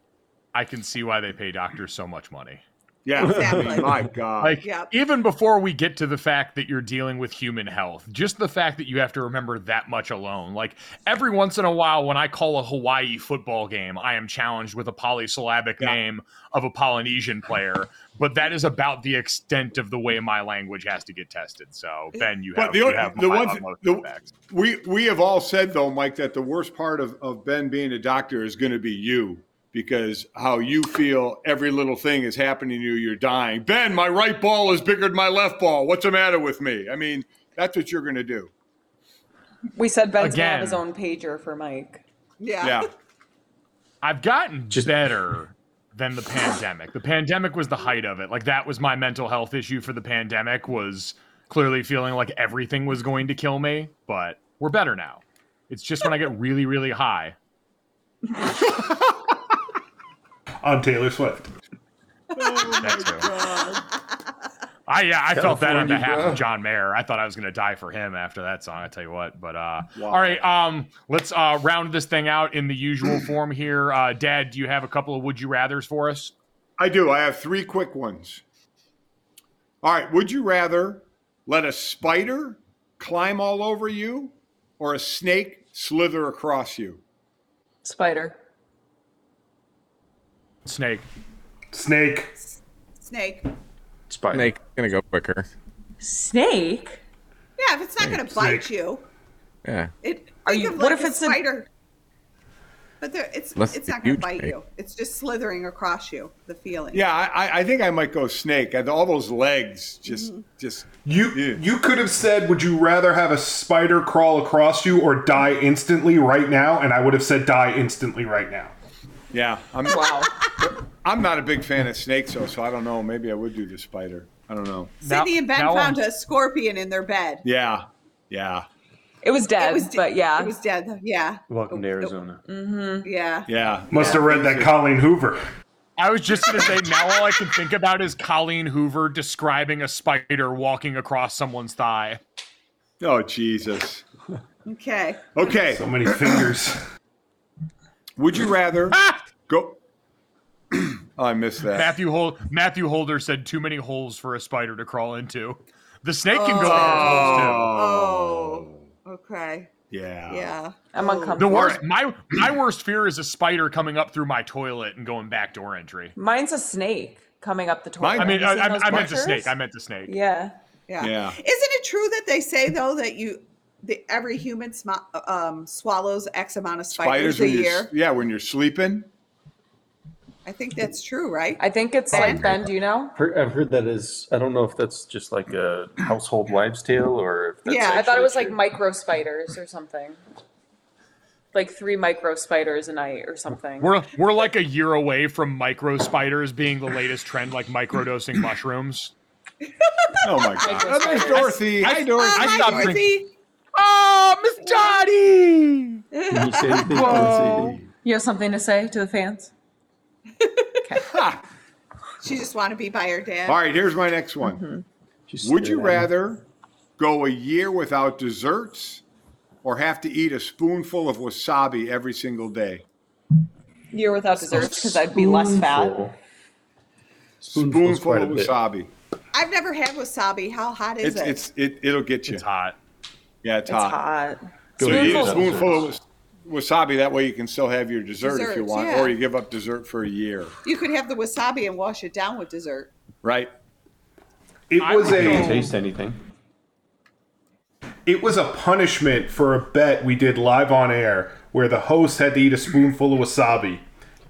[SPEAKER 6] I can see why they pay doctors so much money.
[SPEAKER 5] Yeah.
[SPEAKER 10] Exactly.
[SPEAKER 5] My God.
[SPEAKER 6] Like
[SPEAKER 10] Yep.
[SPEAKER 6] even before we get to the fact that you're dealing with human health, just the fact that you have to remember that much alone. Like every once in a while, when I call a Hawaii football game, I am challenged with a polysyllabic name of a Polynesian player, but that is about the extent of the way my language has to get tested. So Ben, you have
[SPEAKER 5] But the
[SPEAKER 6] you
[SPEAKER 5] only-
[SPEAKER 6] have
[SPEAKER 5] the
[SPEAKER 6] my
[SPEAKER 5] one-
[SPEAKER 6] utmost
[SPEAKER 5] the-
[SPEAKER 6] respect.
[SPEAKER 5] we we have all said though, Mike, that the worst part of, of Ben being a doctor is going to be you because how you feel every little thing is happening to you. You're dying. Ben, my right ball is bigger than my left ball. What's the matter with me? I mean, that's what you're going to do.
[SPEAKER 8] we said Ben's gonna
[SPEAKER 6] Again.
[SPEAKER 8] have his own pager for Mike.
[SPEAKER 10] Yeah.
[SPEAKER 5] Yeah.
[SPEAKER 6] I've gotten better than the pandemic. The pandemic was the height of it. Like that was my mental health issue for the pandemic was clearly feeling like everything was going to kill me, but we're better now. It's just when I get really really high.
[SPEAKER 13] On Taylor Swift.
[SPEAKER 6] That's it. I yeah, I felt that on
[SPEAKER 10] California,
[SPEAKER 6] behalf
[SPEAKER 10] bro.
[SPEAKER 6] of John Mayer. I thought I was gonna die for him after that song. I tell you what, but uh,
[SPEAKER 10] Wow.
[SPEAKER 6] all right, um, let's uh round this thing out in the usual form here. Uh, Dad, do you have a couple of would you rather's for us?
[SPEAKER 10] I do. I have three quick ones. All right. Would you rather let a spider climb all over you or a snake slither across you?
[SPEAKER 4] Spider.
[SPEAKER 6] Snake.
[SPEAKER 5] Snake.
[SPEAKER 8] Snake.
[SPEAKER 19] Spider. Snake gonna go quicker.
[SPEAKER 4] Snake.
[SPEAKER 8] Yeah, if it's not going to bite
[SPEAKER 19] Snake.
[SPEAKER 8] you,
[SPEAKER 19] Yeah.
[SPEAKER 8] it.
[SPEAKER 4] Are
[SPEAKER 8] think
[SPEAKER 4] you-
[SPEAKER 8] Of
[SPEAKER 4] what
[SPEAKER 8] like
[SPEAKER 4] if
[SPEAKER 8] a
[SPEAKER 4] it's a-
[SPEAKER 8] spider? But there, it's
[SPEAKER 10] Unless
[SPEAKER 8] it's
[SPEAKER 10] it's a
[SPEAKER 8] not going to
[SPEAKER 10] huge
[SPEAKER 8] bite
[SPEAKER 10] snake.
[SPEAKER 8] you. It's just slithering across you. The feeling.
[SPEAKER 10] Yeah, I, I- I think I might go snake. I- All those legs just, just.
[SPEAKER 5] You you could have said, "Would you rather have a spider crawl across you or die instantly right now?" And I would have said, "Die instantly right now."
[SPEAKER 10] Yeah. I'm, wow. I'm not a big fan of snakes, though, so I don't know. Maybe I would do the spider. I don't know.
[SPEAKER 8] Sydney and Ben found a scorpion in their bed.
[SPEAKER 10] Yeah. Yeah.
[SPEAKER 4] It was dead, but yeah.
[SPEAKER 8] It was dead. Yeah. Oh,
[SPEAKER 15] Welcome to Arizona.
[SPEAKER 8] Mm-hmm. Yeah.
[SPEAKER 10] Yeah.
[SPEAKER 5] Must have read that Colleen Hoover.
[SPEAKER 6] I was just gonna say now all I can think about is Colleen Hoover describing a spider walking across someone's thigh.
[SPEAKER 10] Oh Jesus.
[SPEAKER 8] Okay.
[SPEAKER 10] Okay.
[SPEAKER 5] So many fingers.
[SPEAKER 10] Would you rather go? oh, I missed that.
[SPEAKER 6] Ah! Matthew Hol- Matthew Holder said too many holes for a spider to crawl into. The snake can go through
[SPEAKER 8] Oh.
[SPEAKER 4] Oh.
[SPEAKER 6] holes too.
[SPEAKER 8] Okay.
[SPEAKER 10] Oh. Yeah.
[SPEAKER 8] Yeah.
[SPEAKER 4] I'm
[SPEAKER 6] The
[SPEAKER 4] uncomfortable.
[SPEAKER 6] worst, my my worst fear is a spider coming up through my toilet and going backdoor entry.
[SPEAKER 4] Mine's a snake coming up the toilet.
[SPEAKER 6] I mean, uh,
[SPEAKER 4] Have you seen
[SPEAKER 6] I, I,
[SPEAKER 4] those
[SPEAKER 6] I meant the
[SPEAKER 4] pictures?
[SPEAKER 6] snake. I meant the snake.
[SPEAKER 4] Yeah.
[SPEAKER 8] Yeah.
[SPEAKER 6] Yeah.
[SPEAKER 8] Isn't it true that they say though that you the, every human sm- um, swallows X amount of spiders,
[SPEAKER 10] when
[SPEAKER 8] a
[SPEAKER 10] you're-
[SPEAKER 8] year?
[SPEAKER 10] Yeah, when you're sleeping.
[SPEAKER 8] I think that's true, right?
[SPEAKER 4] I think it's
[SPEAKER 8] Ben.
[SPEAKER 4] like Ben. Do you know?
[SPEAKER 15] Heard- I've heard that is. I don't know if that's just like a household wives' tale or if that's
[SPEAKER 4] yeah, I thought
[SPEAKER 15] actually
[SPEAKER 4] it was
[SPEAKER 15] true.
[SPEAKER 4] like micro spiders or something. Like three micro spiders a night or something.
[SPEAKER 6] We're we're like a year away from micro spiders being the latest trend, like microdosing mushrooms.
[SPEAKER 10] Oh my
[SPEAKER 6] God.
[SPEAKER 10] Oh, there's Dorothy. Hi, Dorothy.
[SPEAKER 6] I
[SPEAKER 8] Ah,
[SPEAKER 10] Hi,
[SPEAKER 6] stopped
[SPEAKER 10] Dorothy.
[SPEAKER 6] drinking. Oh, Miss Dottie.
[SPEAKER 15] Can you say anything
[SPEAKER 4] Whoa.
[SPEAKER 15] on CD?
[SPEAKER 4] You have something to say to the fans?
[SPEAKER 8] She just wanted to be by her dad.
[SPEAKER 10] All right, here's my next one.
[SPEAKER 8] Mm-hmm.
[SPEAKER 10] Would you
[SPEAKER 8] stare at
[SPEAKER 10] rather go a year without desserts or have to eat a spoonful of wasabi every single day?
[SPEAKER 4] You're without desserts because I'd be less fat.
[SPEAKER 10] Spoonful,
[SPEAKER 15] quite
[SPEAKER 10] of
[SPEAKER 15] a bit.
[SPEAKER 10] wasabi.
[SPEAKER 8] I've never had wasabi. How hot is
[SPEAKER 10] It's,
[SPEAKER 8] it?
[SPEAKER 10] it's it it'll get you. It's
[SPEAKER 6] hot. Yeah,
[SPEAKER 10] it's, hot. So you eat
[SPEAKER 4] Spoonful.
[SPEAKER 10] a spoonful of was- wasabi. That way you can still have your dessert if you
[SPEAKER 8] Desserts,
[SPEAKER 10] want,
[SPEAKER 8] yeah.
[SPEAKER 10] or you give up dessert for a year.
[SPEAKER 8] you could have the wasabi and wash it down with dessert.
[SPEAKER 10] Right.
[SPEAKER 5] It was
[SPEAKER 15] I
[SPEAKER 5] a
[SPEAKER 15] don't taste anything.
[SPEAKER 5] It was a punishment for a bet we did live on air where the host had to eat a spoonful of wasabi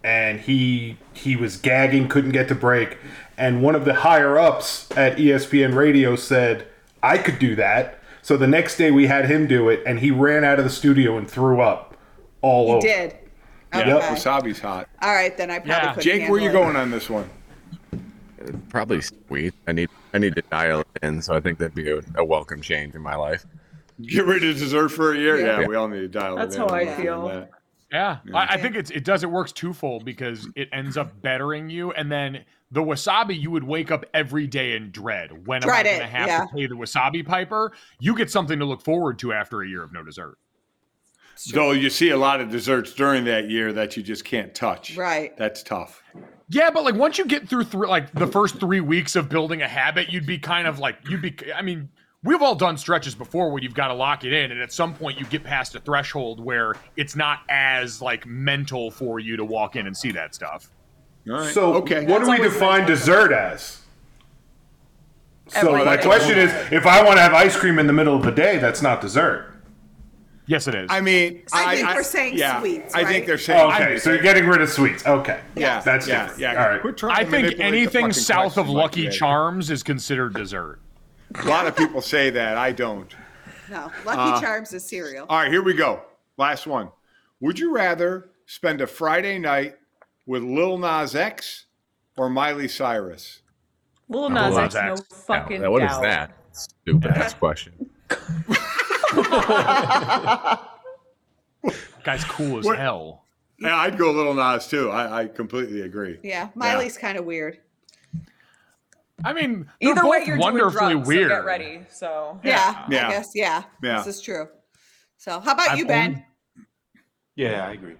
[SPEAKER 5] and he he was gagging, couldn't get to break. And one of the higher ups at E ESPN Radio said, I could do that. So the next day we had him do it and he ran out of the studio and threw up all
[SPEAKER 8] He
[SPEAKER 5] over.
[SPEAKER 8] did.
[SPEAKER 10] Yeah,
[SPEAKER 5] Yep.
[SPEAKER 10] wasabi's hot.
[SPEAKER 8] All right, then I probably couldn't
[SPEAKER 10] Jake, where you
[SPEAKER 8] handle it.
[SPEAKER 10] going on this one?
[SPEAKER 19] Probably sweet. I need I need to dial it in, so I think that'd be a, a welcome change in my life.
[SPEAKER 10] Get rid of dessert for a year. Yeah,
[SPEAKER 19] Yeah.
[SPEAKER 10] we all need to dial it
[SPEAKER 4] That's
[SPEAKER 10] in.
[SPEAKER 4] how I
[SPEAKER 10] We're doing
[SPEAKER 4] feel.
[SPEAKER 10] that.
[SPEAKER 6] Yeah, I, I think it's it does it works twofold because it ends up bettering you, and then the wasabi you would wake up every day in dread. When
[SPEAKER 8] Dread
[SPEAKER 6] am I
[SPEAKER 8] it,
[SPEAKER 6] going to have
[SPEAKER 8] yeah.
[SPEAKER 6] to pay the wasabi piper? You get something to look forward to after a year of no dessert.
[SPEAKER 10] Though you see a lot of desserts during that year that you just can't touch.
[SPEAKER 8] Right.
[SPEAKER 10] That's tough.
[SPEAKER 6] Yeah, but like once you get through three, like the first three weeks of building a habit, you'd be kind of like you'd be. I mean, we've all done stretches before where you've got to lock it in, and at some point you get past a threshold where it's not as like mental for you to walk in and see that stuff.
[SPEAKER 5] So what do we define dessert as? So
[SPEAKER 6] Everything.
[SPEAKER 5] my question is, if I want to have ice cream in the middle of the day, that's not dessert.
[SPEAKER 6] Yes, it is.
[SPEAKER 10] I mean,
[SPEAKER 8] I think we're saying sweets,
[SPEAKER 10] I
[SPEAKER 8] right?
[SPEAKER 10] think they're saying.
[SPEAKER 5] okay, so you're getting rid of sweets. Okay,
[SPEAKER 10] Yeah,
[SPEAKER 5] that's
[SPEAKER 10] yeah,
[SPEAKER 5] different.
[SPEAKER 10] yeah.
[SPEAKER 5] All right.
[SPEAKER 10] Quit
[SPEAKER 6] I
[SPEAKER 10] to
[SPEAKER 6] think
[SPEAKER 10] manipulate the
[SPEAKER 6] anything
[SPEAKER 10] fucking
[SPEAKER 6] south of
[SPEAKER 10] question like
[SPEAKER 6] Lucky
[SPEAKER 10] that.
[SPEAKER 6] Charms is considered dessert.
[SPEAKER 10] A lot of people say that. I don't.
[SPEAKER 8] No, Lucky
[SPEAKER 10] Uh,
[SPEAKER 8] Charms is cereal.
[SPEAKER 10] All right, here we go. Last one. Would you rather spend a Friday night with Lil Nas X or Miley Cyrus?
[SPEAKER 4] Lil
[SPEAKER 19] Well,
[SPEAKER 4] Nas X, no
[SPEAKER 19] that's-
[SPEAKER 4] fucking
[SPEAKER 19] What is
[SPEAKER 4] doubt.
[SPEAKER 19] that? Stupid ass question.
[SPEAKER 6] Guy's cool as hell.
[SPEAKER 10] Yeah, I'd go Lil Nas too. I, I completely agree.
[SPEAKER 8] Yeah, Miley's kind of weird.
[SPEAKER 6] I mean, they're
[SPEAKER 5] Either way,
[SPEAKER 6] both
[SPEAKER 5] you're
[SPEAKER 6] wonderfully
[SPEAKER 5] doing drugs,
[SPEAKER 6] weird.
[SPEAKER 5] So get ready. So
[SPEAKER 20] Yeah,
[SPEAKER 6] Yeah.
[SPEAKER 20] I guess. Yeah,
[SPEAKER 6] Yeah.
[SPEAKER 20] this is true. So, how about
[SPEAKER 21] I've
[SPEAKER 20] you, Ben?
[SPEAKER 21] Yeah, I agree.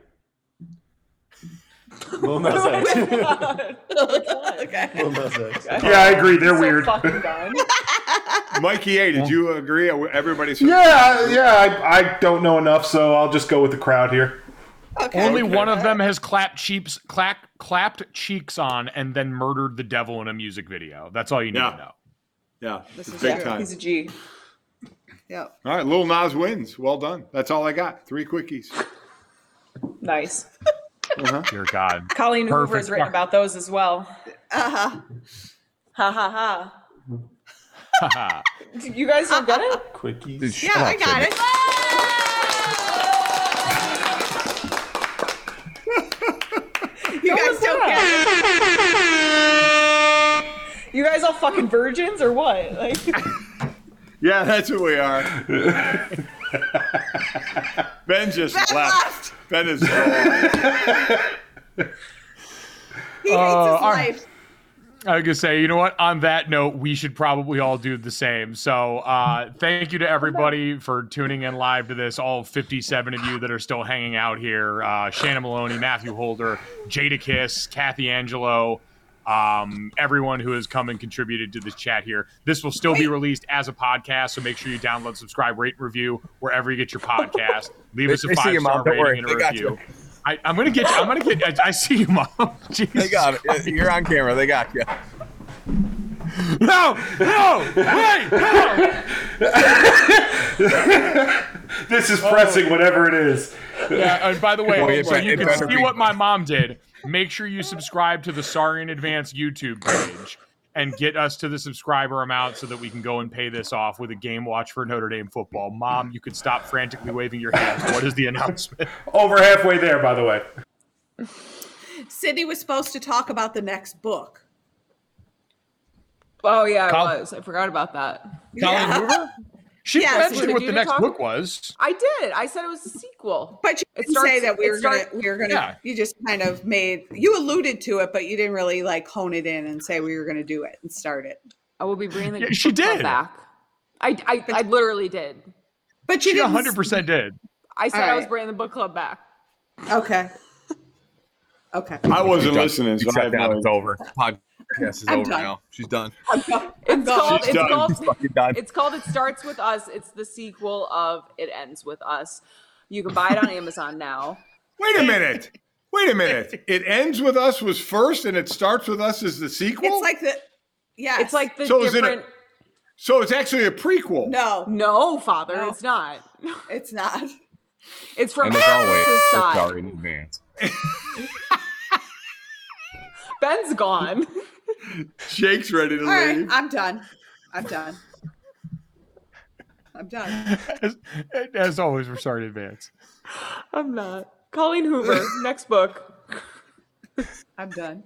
[SPEAKER 10] Yeah, I agree. They're weird.
[SPEAKER 2] Mikey A, did you agree? Everybody's
[SPEAKER 10] Yeah,
[SPEAKER 2] yeah, yeah. I, I don't know enough, so I'll just go with the crowd here.
[SPEAKER 6] Only one of them has clapped cheeks, clap, clapped cheeks on, and then murdered the devil in a music video. That's all you need to know.
[SPEAKER 10] Yeah,
[SPEAKER 20] This
[SPEAKER 10] it's
[SPEAKER 20] is
[SPEAKER 10] big
[SPEAKER 20] true.
[SPEAKER 10] time.
[SPEAKER 20] He's
[SPEAKER 5] a G.
[SPEAKER 20] Yep.
[SPEAKER 10] All right, Lil Nas wins. Well done. That's all I got. Three quickies.
[SPEAKER 5] Nice.
[SPEAKER 6] Dear God,
[SPEAKER 5] Colleen Hoover has
[SPEAKER 6] Perfect.
[SPEAKER 5] written about those as well.
[SPEAKER 20] Uh huh.
[SPEAKER 5] Uh-huh. Ha ha ha.
[SPEAKER 6] Ha
[SPEAKER 5] You guys don't get it?
[SPEAKER 22] Quickies.
[SPEAKER 5] Yeah, I got
[SPEAKER 20] it. You guys don't get
[SPEAKER 5] it. You guys all fucking virgins or what? Like,
[SPEAKER 10] Yeah, that's who we are. ben just
[SPEAKER 5] Ben
[SPEAKER 10] left. Ben is
[SPEAKER 20] He hates
[SPEAKER 6] Uh,
[SPEAKER 20] his
[SPEAKER 6] all
[SPEAKER 20] life.
[SPEAKER 6] I was gonna say, you know what? On that note, we should probably all do the same. So, uh, thank you to everybody for tuning in live to this. All 57 of you that are still hanging out here: uh, Shannon Maloney, Matthew Holder, Jada Kiss, Kathy Angelo, um, everyone who has come and contributed to this chat here. This will still be released as a podcast, so make sure you download, subscribe, rate, and review wherever you get your podcast. Leave
[SPEAKER 8] They-
[SPEAKER 6] us a
[SPEAKER 8] they see
[SPEAKER 6] five
[SPEAKER 8] you, Mom.
[SPEAKER 6] star
[SPEAKER 8] Don't
[SPEAKER 6] rating
[SPEAKER 8] worry.
[SPEAKER 6] and
[SPEAKER 8] They
[SPEAKER 6] a
[SPEAKER 8] got you.
[SPEAKER 6] review. I, I'm gonna get. You, I'm gonna get. I, I see you, mom. They
[SPEAKER 8] got it. You're on camera. They got you.
[SPEAKER 6] No, no, wait, no.
[SPEAKER 2] This is pressing, whatever it is.
[SPEAKER 6] Yeah, and by the way,
[SPEAKER 2] Boy, it
[SPEAKER 6] so
[SPEAKER 2] bet-
[SPEAKER 6] you
[SPEAKER 2] it
[SPEAKER 6] can
[SPEAKER 2] better
[SPEAKER 6] see
[SPEAKER 2] be-
[SPEAKER 6] what my mom did. Make sure you subscribe to the Sorry in Advance YouTube page and get us to the subscriber amount so that we can go and pay this off with a game watch for Notre Dame football. Mom, you could stop frantically waving your hands. What is the announcement?
[SPEAKER 2] Over halfway there, by the way.
[SPEAKER 20] Sydney was supposed to talk about the next book.
[SPEAKER 5] oh yeah,
[SPEAKER 6] Col-
[SPEAKER 5] I was. I forgot about that.
[SPEAKER 6] Colleen Hoover? She
[SPEAKER 5] Yes,
[SPEAKER 6] mentioned
[SPEAKER 5] did
[SPEAKER 6] what
[SPEAKER 5] you
[SPEAKER 6] the next
[SPEAKER 5] talk-
[SPEAKER 6] book was.
[SPEAKER 5] I did. I said it was a sequel.
[SPEAKER 20] But you
[SPEAKER 5] It
[SPEAKER 20] didn't
[SPEAKER 5] starts-
[SPEAKER 20] say that we
[SPEAKER 5] it
[SPEAKER 20] were
[SPEAKER 5] starts-
[SPEAKER 20] gonna we were gonna
[SPEAKER 5] Yeah.
[SPEAKER 20] you just kind of made you alluded to it, but you didn't really like hone it in and say we were gonna do it and start it.
[SPEAKER 5] I will be bringing the
[SPEAKER 20] Yeah,
[SPEAKER 6] she
[SPEAKER 5] book club
[SPEAKER 6] did.
[SPEAKER 5] back. I I, I literally did.
[SPEAKER 20] But
[SPEAKER 6] She 100% did.
[SPEAKER 5] I said I was
[SPEAKER 20] Alright.
[SPEAKER 5] bringing the book club back.
[SPEAKER 20] Okay. Okay.
[SPEAKER 10] I wasn't
[SPEAKER 22] Done.
[SPEAKER 10] listening, so
[SPEAKER 22] Shut
[SPEAKER 10] I have
[SPEAKER 22] down.
[SPEAKER 10] no
[SPEAKER 22] It's over. Podcast is
[SPEAKER 5] I'm
[SPEAKER 22] over
[SPEAKER 5] done.
[SPEAKER 22] now. She's done.
[SPEAKER 5] It's called,
[SPEAKER 22] She's
[SPEAKER 5] it's,
[SPEAKER 22] done.
[SPEAKER 5] called,
[SPEAKER 22] She's fucking done.
[SPEAKER 5] it's called It Starts With Us. It's the sequel of It Ends With Us. You can buy it on Amazon now.
[SPEAKER 10] Wait a minute. Wait a minute. It ends with us was first, and it starts with us as the sequel.
[SPEAKER 20] It's like the yeah.
[SPEAKER 5] It's like the
[SPEAKER 10] so is it a-
[SPEAKER 5] different.
[SPEAKER 10] so it's actually a prequel.
[SPEAKER 20] No.
[SPEAKER 5] No, Father, it's not.
[SPEAKER 20] It's not.
[SPEAKER 5] It's from
[SPEAKER 22] and as always,
[SPEAKER 5] Alice's
[SPEAKER 22] we're
[SPEAKER 5] side.
[SPEAKER 22] sorry in advance.
[SPEAKER 5] Ben's gone.
[SPEAKER 10] Jake's ready to
[SPEAKER 20] All right,
[SPEAKER 10] leave.
[SPEAKER 20] I'm done. I'm done. I'm done.
[SPEAKER 6] As always, we're sorry in advance.
[SPEAKER 5] I'm not. Colleen Hoover, next book.
[SPEAKER 20] I'm done.